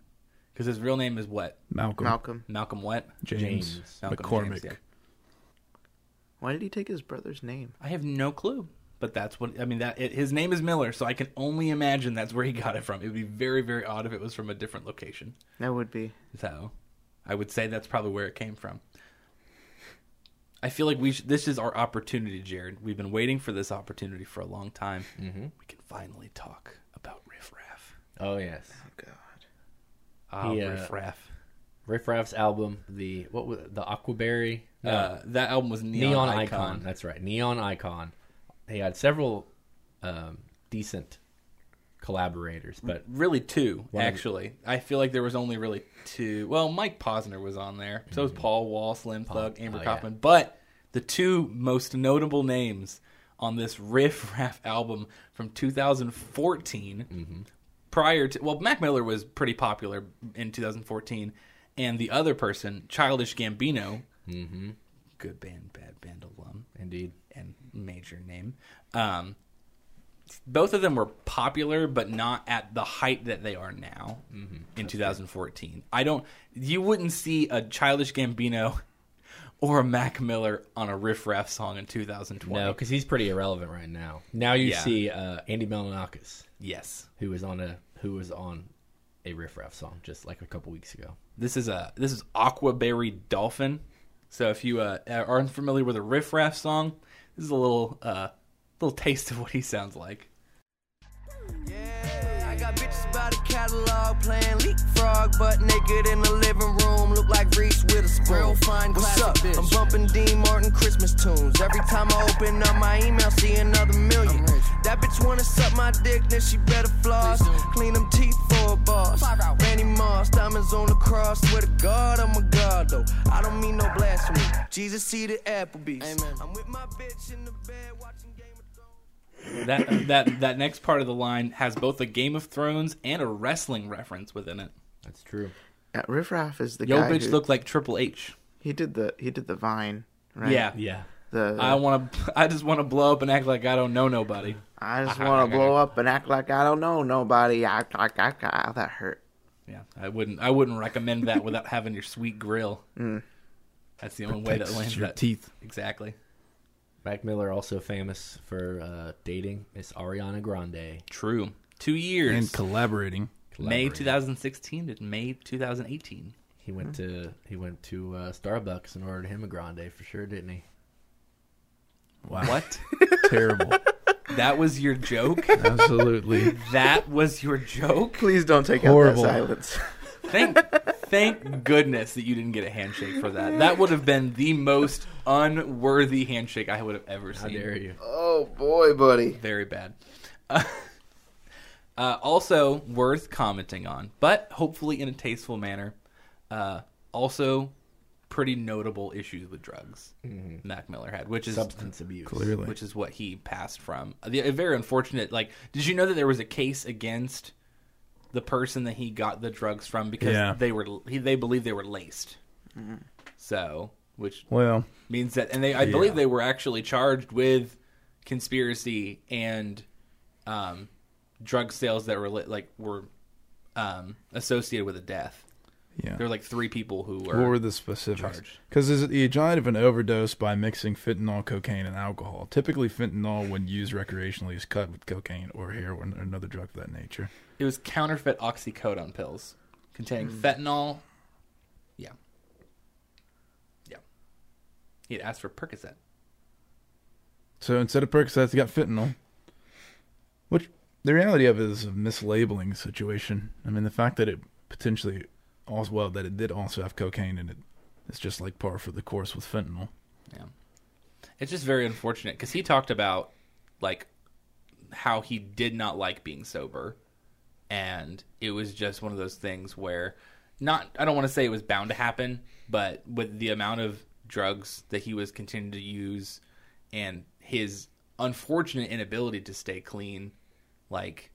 C: Because his real name is what?
D: Malcolm,
B: Malcolm.
C: Malcolm what?
D: James,
A: James.
C: Malcolm
D: McCormick.
C: James, yeah.
B: Why did he take his brother's name?
C: I have no clue. But that's what I mean. That it, his name is Miller, so I can only imagine that's where he got it from. It would be very, very odd if it was from a different location.
B: That would be.
C: So, I would say that's probably where it came from. I feel like we sh- this is our opportunity, Jared. We've been waiting for this opportunity for a long time. Mm-hmm. We can finally talk about Riff Raff.
A: Oh yes,
B: God.
C: Ah,
A: He, uh,
C: Riff Raff.
A: Riff Raff's album, the what was the Aquaberry?
C: Uh, that album was Neon,
A: Neon
C: Icon.
A: Icon. That's right, Neon Icon. He had several um, decent collaborators, but
C: Really two,
A: One of-
C: actually. I feel like there was only really two. Well, Mike Posner was on there. So was Paul Wall, Slim Thug, Amber
A: Mm-hmm. oh, yeah.
C: Kaufman. But the two most notable names on this Riff Raff album from 2014,
A: Mm-hmm.
C: prior to well, Mac Miller was pretty popular in 2014, and the other person, Childish Gambino, mm-hmm. good band, bad band alum
A: indeed,
C: and major name. Um, both of them were popular, but not at the height that they are now in 2014. I don't. You wouldn't see a Childish Gambino or a Mac Miller on a riff raff song in 2020.
A: No, because he's pretty irrelevant right now. Now you
C: Yeah.
A: see uh, Andy Melanakis,
C: Yes,
A: who was on a who was on a riff raff song just like a couple weeks ago.
C: this is a this is Aquaberry Dolphin. So if you uh, aren't familiar with a riff raff song, this is a little uh, little taste of what he sounds like.
G: Yeah, I got bitches by the catalog playing leapfrog, butt naked in the living room, look like Reese with a spoon. Real fine What's up? I'm bumping Dean Martin Christmas tunes. Every time I open up my email, see another million. That bitch wanna suck my dick, then she better floss. Clean them teeth for a boss. Randy Moss, diamonds on the cross. Swear to God, I'm a god though. I don't mean no blasphemy. Jesus seated Applebee's. Amen. I'm with my bitch in the bed watching Game of Thrones.
C: that uh, that that next part of the line has both a Game of Thrones and a wrestling reference within it.
A: That's true.
B: Uh, Riff Raff is the
C: Yo,
B: guy
C: bitch,
B: who,
C: look like Triple H.
B: he did the he did the Vine, right?
C: Yeah,
A: Yeah.
B: The
C: I want to. I just want to blow up and act like I don't know nobody.
B: I just want to blow up and act like I don't know nobody. I, I, I, I, that hurt.
C: Yeah, I wouldn't. I wouldn't recommend that without having your sweet grill. That's the only way that
D: Protects
C: lands
D: your
C: that
D: teeth.
C: Exactly.
A: Mac Miller also famous for uh, dating Miss Ariana Grande.
C: True. Two
D: and
C: years.
D: collaborating.
C: May
A: Collaborating.
C: 2016 to May 2018.
A: He went to he went to uh, Starbucks and ordered him a grande for sure, didn't he?
D: Wow,
C: What?
D: terrible!
C: that was your joke.
D: Absolutely.
C: That was your joke.
B: Please don't take
D: Horrible.
B: out that silence.
C: Thank, thank goodness that you didn't get a handshake for that. That would have been the most unworthy handshake I would have ever
A: How
C: seen.
A: dare you?
B: oh boy, buddy.
C: Very bad. Uh, uh, also worth commenting on, but hopefully in a tasteful manner. Uh, also, pretty notable issues with drugs Mac Miller had, which is
A: Mm-hmm. Substance abuse.
D: Clearly,
C: which is what he passed from. The, a very unfortunate. Like, did you know that there was a case against the person that he got the drugs from because
D: Yeah.
C: they were he, they believed they were laced. So, which
D: well,
C: means that, and they I believe they were actually charged with conspiracy and um, drug sales that were li- like were um, associated with a death.
D: yeah.
C: There were like three people who were.
D: What were the specifics?
C: charged.
D: Because is it the giant of an overdose by mixing fentanyl, cocaine, and alcohol? Typically, fentanyl, when used recreationally, is cut with cocaine or heroin or another drug of that nature.
C: it was counterfeit oxycodone pills containing fentanyl. Yeah. Yeah. He had asked for Percocet.
D: So instead of Percocets, he got fentanyl. Which the reality of it is a mislabeling situation. I mean, the fact that it potentially also well that it did also have cocaine in it. It's just like par for the course with fentanyl.
C: Yeah. It's just very unfortunate because he talked about like how he did not like being sober, and it was just one of those things where not I don't want to say it was bound to happen, but with the amount of drugs that he was continuing to use and his unfortunate inability to stay clean, like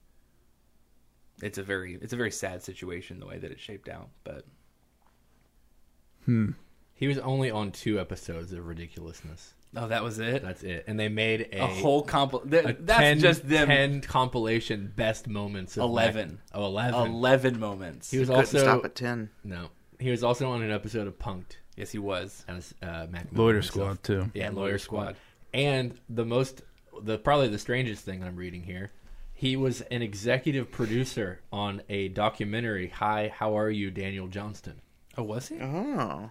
C: it's a very it's a very sad situation the way that it shaped out, but
A: He was only on two episodes of Ridiculousness.
C: oh that was it.
A: That's it. And they made a,
C: a whole compl-
A: a
C: th- that's
A: 10
C: just them
A: 10 compilation best moments of
C: 11.
A: Mac- oh, 11.
C: 11 moments.
A: He was
B: Couldn't
A: also
B: stop at ten.
A: No. He was also on an episode of Punked
C: yes, he was.
A: as uh Mac Miller
D: Loiter
A: himself.
D: Squad too.
A: Yeah,
C: And
A: Lawyer,
C: Lawyer
A: Squad.
C: Squad.
A: And the most, the probably the strangest thing I'm reading here, he was an executive producer on a documentary, "Hi, How Are You, Daniel Johnston,"
C: Oh, was he?
B: Oh,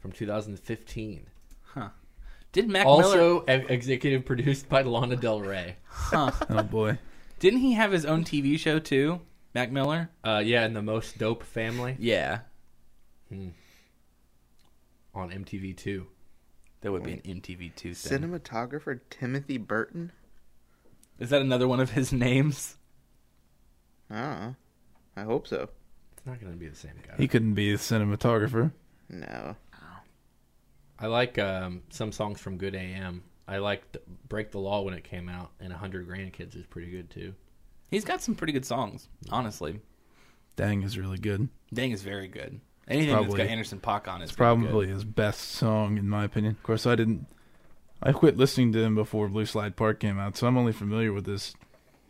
A: from 2015.
C: Did Mac Miller?
A: Also e- executive produced by Lana Del Rey.
D: Oh boy.
C: Didn't he have his own TV show too? Mac Miller?
A: Uh, yeah, and the most dope family
C: Yeah,
A: on MTV2.
C: that would be an MTV two. Thing.
B: cinematographer Timothy Burton.
C: Is that another one of his names?
B: Oh, I hope so.
A: It's not going to be the same guy.
D: He couldn't be a cinematographer.
B: No,
A: I like um, some songs from Good AM. I liked "Break the Law" when it came out, and "100 Grandkids" is pretty good too.
C: He's got some pretty good songs, honestly.
D: Dang is really good.
C: Dang is very good. Anything that's
D: Probably-
C: got Anderson Pock on it,
D: Probably his best song in my opinion. Of course I didn't I quit listening to him before Blue Slide Park came out, so I'm only familiar with this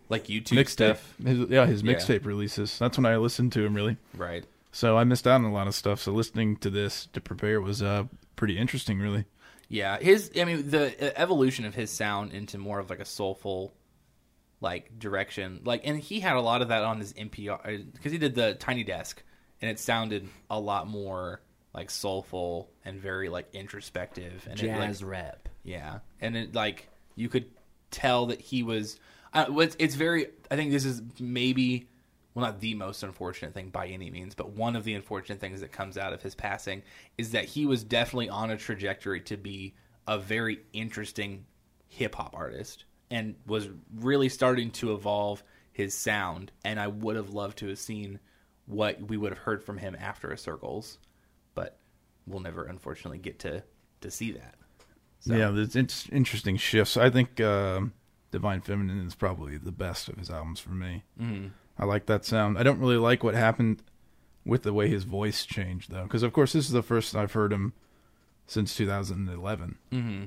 C: like YouTube
D: Mixtape.
C: stuff,
D: His, yeah, his
C: Yeah.
D: mixtape releases. That's when I listened to him really.
C: right?
D: So I missed out on a lot of stuff. So listening to this to prepare was uh pretty interesting, really.
C: Yeah, his I mean the uh, evolution of his sound into more of like a soulful like direction. Like and he had a lot of that on his NPR because uh, he did the Tiny Desk and it sounded a lot more like soulful and very like introspective and it, like-
A: Jazz rap.
C: yeah, and it like you could tell that he was. Uh, it's, it's very. I think this is maybe well not the most unfortunate thing by any means, but one of the unfortunate things that comes out of his passing is that he was definitely on a trajectory to be a very interesting hip hop artist and was really starting to evolve his sound. And I would have loved to have seen what we would have heard from him after a circles, but we'll never unfortunately get to to see that.
D: Yeah, there's in- interesting shifts. I think um Divine Feminine is probably the best of his albums for me. Mm. I like that sound. I don't really like what happened with the way his voice changed, though, because of course this is the first I've heard him since 2011, mm-hmm.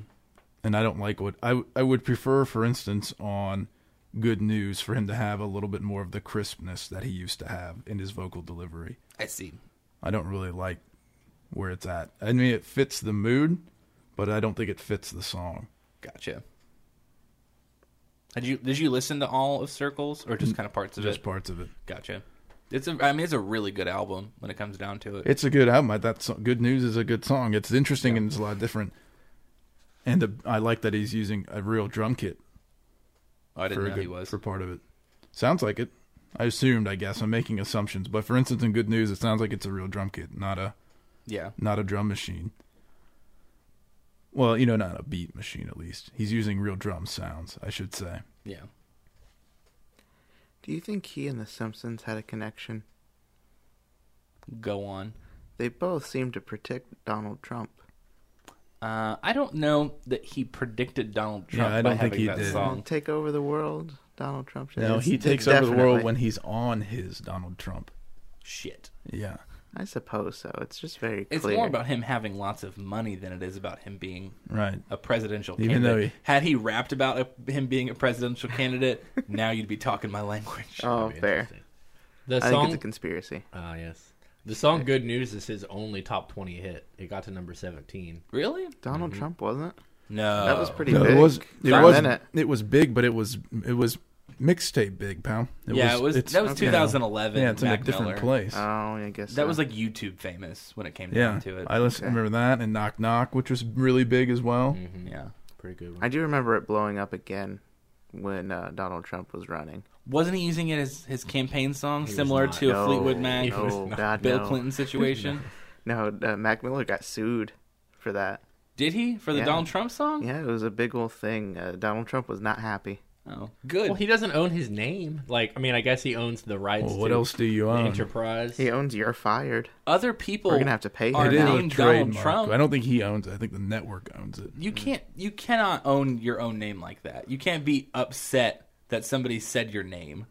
D: and I don't like what I I would prefer, for instance, on Good News for him to have a little bit more of the crispness that he used to have in his vocal delivery.
C: I see.
D: I don't really like where it's at. I mean, it fits the mood, but I don't think it fits the song.
C: Gotcha. Did you did you listen to all of Circles or just kind of parts of
D: Mm. Just
C: it?
D: parts of it.
C: Gotcha. It's a, I mean it's a really good album when it comes down to it.
D: It's a good album. I- That song, "Good News" is a good song. It's interesting and it's a lot different. And the, I like that he's using a real drum kit
C: oh, I didn't
D: for a
C: know
D: good,
C: he was.
D: for part of it. Sounds like it. I assumed. I guess I'm making assumptions. But for instance, in "Good News," it sounds like it's a real drum kit, not a
C: yeah.
D: not a drum machine. Well, you know, not a beat machine. At least he's using real drum sounds. I should say.
C: Yeah.
B: Do you think he and The Simpsons had a connection?
C: Go on.
B: They both seem to protect Donald Trump.
C: Uh, I don't know that he predicted Donald
D: Yeah,
C: Trump
D: I
C: by
D: don't think
C: having
D: he
C: that
D: did.
C: song.
B: Take over the world, Donald Trump. should-
D: No,
B: It's-
D: he
B: it's
D: takes over the world
B: definitely-
D: when he's on his Donald Trump.
C: Shit.
D: Yeah.
B: I suppose so. It's just very clear.
C: It's more about him having lots of money than it is about him being
B: Hmm.
D: Right.
C: a presidential
D: Even though
C: candidate. Had he rapped about a, him being a presidential candidate, now you'd be talking my language.
B: Oh,
A: That'd be
B: fair.
A: interesting. The
B: I think it's a
A: song.
B: conspiracy.
A: Ah, yes. The song "Good News" is his only top twenty hit. It got to number seventeen.
C: Really?
B: Donald Trump wasn't. it?
C: No.
B: That was pretty
D: No,
B: big.
D: it was it
B: for a
D: was
B: minute.
D: it was big, but it was it was mixtape big, pal.
C: yeah, it was.
D: it's-
C: that was
D: okay.
C: 2011.
D: Yeah, it's in
C: Mac
D: a different
C: Miller.
D: place.
B: Oh, I guess
C: That
B: so.
C: was like YouTube famous when it came
D: yeah,
C: down to it.
D: I listen,
B: Okay.
D: remember that and Knock Knock, which was really big as well.
C: yeah,
A: Pretty good one.
B: I do remember it blowing up again when uh, Donald Trump was running.
C: wasn't he using it as his campaign song,
A: was
C: similar
A: not.
C: to a
B: No,
C: Fleetwood Mac,
B: no, He was not. God,
C: Bill
B: no.
C: Clinton situation?
B: No, uh, Mac Miller got sued for that.
C: Did he for the
B: Yeah.
C: Donald Trump song?
B: Yeah, it was a big old thing. Uh, Donald Trump was not happy.
C: Oh, good.
A: Well, he doesn't own his name. Like, I mean, I guess he owns the rights.
D: Well, what
A: to
D: else do you
A: the
D: own?
A: Enterprise.
B: um, He owns "You're Fired."
C: Other people
B: We're gonna have to pay
C: are
B: him
D: It is
B: now.
D: a
C: named Donald
D: trademark.
C: Trump.
D: I don't think he owns it. I think the network owns it.
C: You can't. You cannot own your own name like that. You can't be upset that somebody said your name.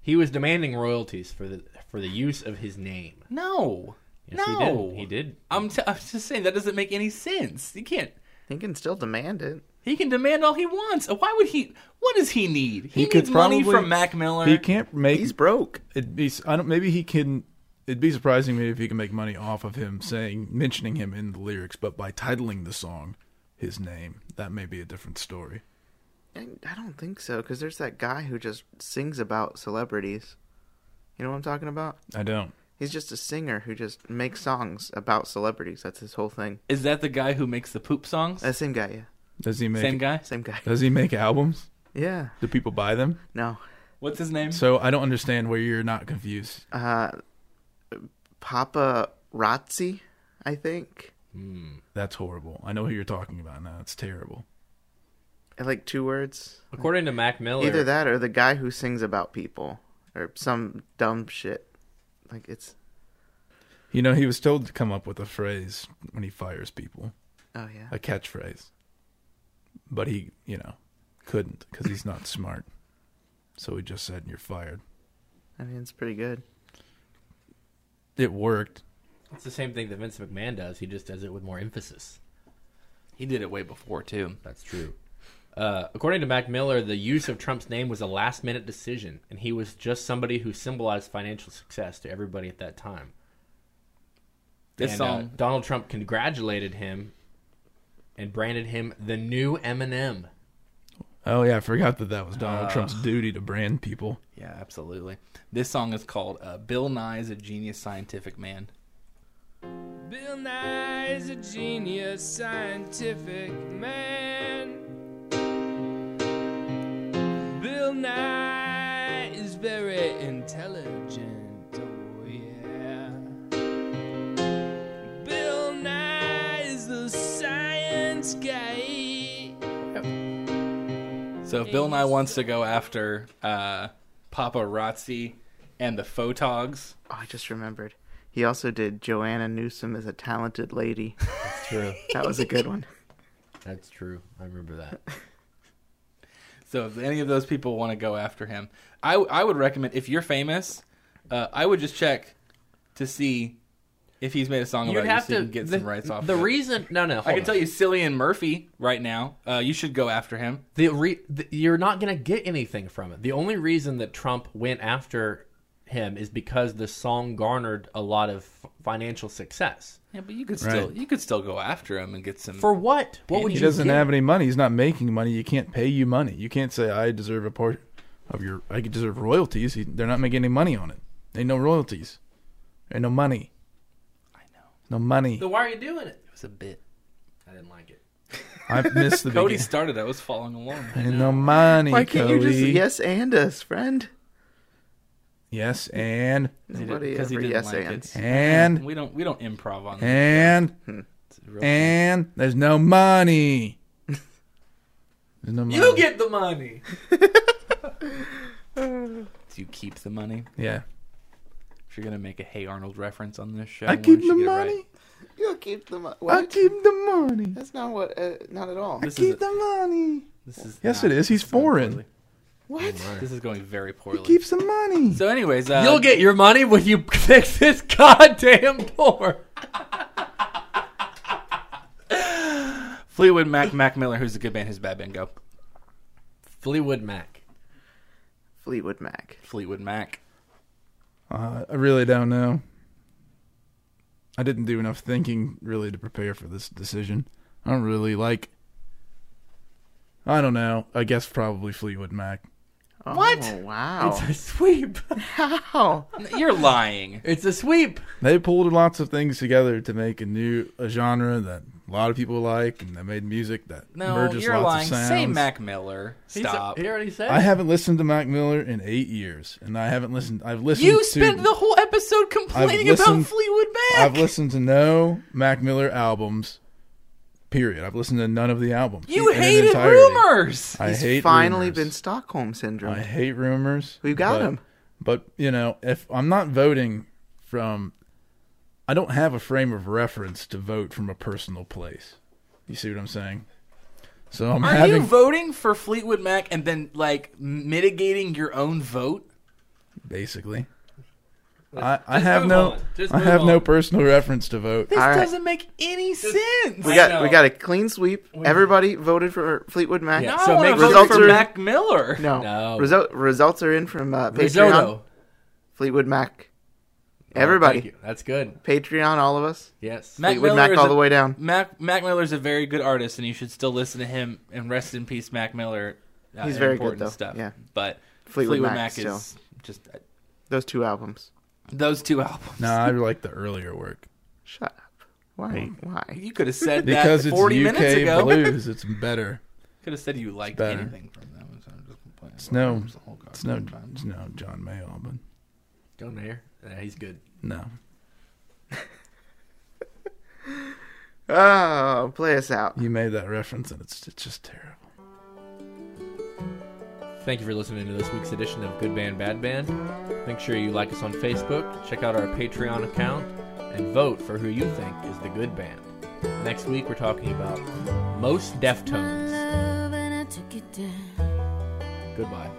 A: He was demanding royalties for the for the use of his name.
C: No.
A: Yes, he
C: no.
A: did. He did.
C: I'm, t- I'm just saying that doesn't make any sense. You can't.
B: He can still demand it.
C: He can demand all he wants. Why would he? What does he need? He,
D: could
C: needs money
D: probably-
C: from Mac Miller.
D: He can't make.
B: He's broke.
D: it'd be. I don't. Maybe he can. It'd be surprising me if he can make money off of him saying mentioning him in the lyrics, but by titling the song his name, that may be a different story.
B: I I don't think so, because there's that guy who just sings about celebrities. You know what I'm talking about?
D: I don't.
B: He's just a singer who just makes songs about celebrities. That's his whole thing.
C: Is that the guy who makes the poop songs?
B: That same guy,
D: Does he make
C: Same guy.
B: yeah, same guy.
D: Does he make albums?
B: Yeah,
D: Do people buy them?
B: no.
C: What's his name?
D: So I don't understand where you're not confused.
B: Uh, Papa Razzi, I think.
D: That's horrible. I know who you're talking about now. It's terrible.
B: I like two words.
A: According to Mac Miller,
B: Either that or the guy who sings about people or some dumb shit. Like it's
D: You know, he was told to come up with a phrase when he fires people,
B: oh yeah.
D: a catchphrase. But he, you know, couldn't because he's not smart. So he just said, You're fired.
B: I mean it's pretty good.
D: It worked.
A: it's the same thing that Vince McMahon does. He just does it with more emphasis.
C: He did it way before too.
A: That's true. Uh, according to Mac Miller, the use of Trump's name was a last minute decision, and he was just somebody who symbolized financial success to everybody at that time.
C: This
A: And, uh,
C: song,
A: Donald Trump congratulated him and branded him the new Eminem.
D: Oh yeah, I forgot that that was Donald Trump's duty to brand people.
C: yeah, absolutely. This song is called uh, "Bill Nye's a Genius Scientific Man."
J: Bill Nye's a genius scientific man. Bill Nye is very intelligent, oh yeah. Bill Nye is the science guy.
C: So if Bill Nye wants to go after uh, paparazzi and the photogs,
B: Oh, I just remembered. He also did Joanna Newsom as a talented lady.
A: That's true.
B: That was a good one.
A: That's true. I remember that.
C: so if any of those people want to go after him, I I would recommend if you're famous, uh, I would just check to see if he's made a song about you so you can get
A: the,
C: some rights off.
A: The
C: of it.
A: reason, no, no,
C: I can tell you, Cillian Murphy right now. Uh, you should go after him.
A: the, re, the you're not going to get anything from it. The only reason that Trump went after him is because the song garnered a lot of f- financial success.
C: Yeah, but you could still
D: Right.
C: you could still go after him and get some.
A: For what? What would
D: He
A: you?
D: doesn't
A: get?
D: have any money. He's not making money. You can't pay you money. You can't say I deserve a part of your. I could deserve royalties. He, they're not making any money on it. Ain't no royalties. Ain't no money.
C: I know
D: No money.
A: So why are you doing it?
C: it was a bit.
A: I didn't like it.
D: I missed the
C: Cody
D: beginning.
C: started. I was following along.
D: Ain't no money,
B: Why can't
D: Cody.
B: you just yes and us, friend?
D: Yes, and
B: Nobody
C: because he
B: ever
C: didn't
B: yes
C: like
B: and.
C: it.
D: and
C: We don't we don't improv on that.
D: and and there's no money. There's no money.
C: Um,
A: You get the money.
C: Do you keep the money?
D: yeah.
C: If you're gonna make a Hey Arnold reference on this show,
D: I
C: why
D: keep
C: don't you
D: the
C: get it right?
D: money.
B: You'll keep the money.
D: I keep the money.
B: That's not what. Uh, not at all.
C: This
D: Keep
C: is
D: the money.
C: this is
D: Yes,
C: not-
D: it is. He's
C: this going
D: foreign.
C: poorly.
B: What?
C: This is going very
D: He
C: poorly.
D: keeps the money.
C: So, anyways, uh,
A: You'll get your money when you fix this goddamn door.
C: Fleetwood Mac, Mac Miller, who's a good band, who's a bad band. Go
A: Fleetwood Mac.
B: Fleetwood Mac.
C: Fleetwood Mac.
D: Uh, I really don't know. I didn't do enough thinking really to prepare for this decision. I don't really like. I don't know. I guess probably Fleetwood Mac.
B: What? Oh, wow. Oh,
A: It's a sweep.
B: Wow.
C: You're lying.
A: It's a sweep.
D: They pulled lots of things together to make a new a genre that a lot of people like, and they made music that
C: No,
D: merges
C: you're
D: lots
C: lying.
D: of sounds.
C: Say Mac Miller. Stop.
A: He's, he already said.
D: I
A: it.
D: haven't listened to Mac Miller in eight years, and I haven't listened. I've listened.
C: You
D: to,
C: spent the whole episode complaining about
D: listened-
C: Fleetwood Mac.
D: I've listened to no Mac Miller albums. Period. I've listened to none of the albums.
C: you
D: in their
C: hated
D: entirety.
C: rumors.
D: I
B: He's
D: hate
B: finally
D: rumors.
B: been Stockholm syndrome.
D: I hate rumors.
B: We've got
D: but-
B: him.
D: But you know, if I'm not voting from, I don't have a frame of reference to vote from a personal place. You see what I'm saying? So I'm
C: Are you
D: having
C: voting for Fleetwood Mac and then like mitigating your own vote?
D: basically. I, I
A: just
D: have
A: move
D: no
A: on. Just
D: I
A: move
D: have no
A: on.
D: personal reference to vote.
C: This
B: All right.
C: doesn't make any sense.
B: we
A: I
B: got
A: know.
B: we got a clean sweep. Everybody voted for Fleetwood Mac.
C: no,
A: Yeah.
C: so
A: So
C: I
A: make
C: want to vote
B: results
C: for
B: are-
C: Mac Miller.
B: No.
A: No.
B: Result, results are in from uh, Patreon.
A: Risotto.
B: Fleetwood Mac.
A: Oh, Thank
B: Everybody.
A: you. That's good.
B: Patreon, all of us.
A: Yes.
C: Mac
B: Fleetwood Mac
C: is
B: all
C: a-
B: the way down.
C: Mac Mac Miller's a very good artist, and you should still listen to him. And rest in peace, Mac Miller. Uh,
B: He's
C: and
B: very good,
C: important
B: though.
C: Stuff.
B: Yeah.
C: but
B: Fleetwood
C: Fleetwood, Mac,
B: Mac
C: is just uh,
B: Those two albums.
C: those two albums.
D: No, I like the earlier work
B: Shut up. Why? Why?
C: You could have said
D: because
C: that
D: it's
C: forty minutes
D: UK
C: ago.
D: blues. It's better.
C: Could have said you liked
D: better.
C: anything from them. So I'm just complaining.
D: It's no,
C: The whole
D: it's no,
C: goddamn time.
D: it's no John Mayall, but
A: Don't mayor. Yeah, he's good.
D: no.
B: Oh, play us out.
D: You made that reference, and it's it's just terrible.
A: Thank you for listening to this week's edition of Good Band Bad Band. Make sure you like us on Facebook, check out our Patreon account, and vote for who you think is the good band. Next week we're talking about most Deftones.
E: Love and I took it down.
A: Goodbye.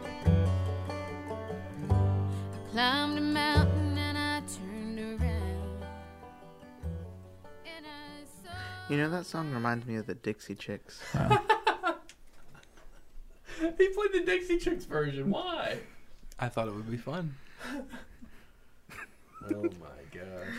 E: Climbed a mountain and I turned around. And I saw.
B: You know, that song reminds me of the Dixie Chicks.
A: play the Dixie Chicks version. Why?
C: I thought it would be fun.
A: Oh my gosh.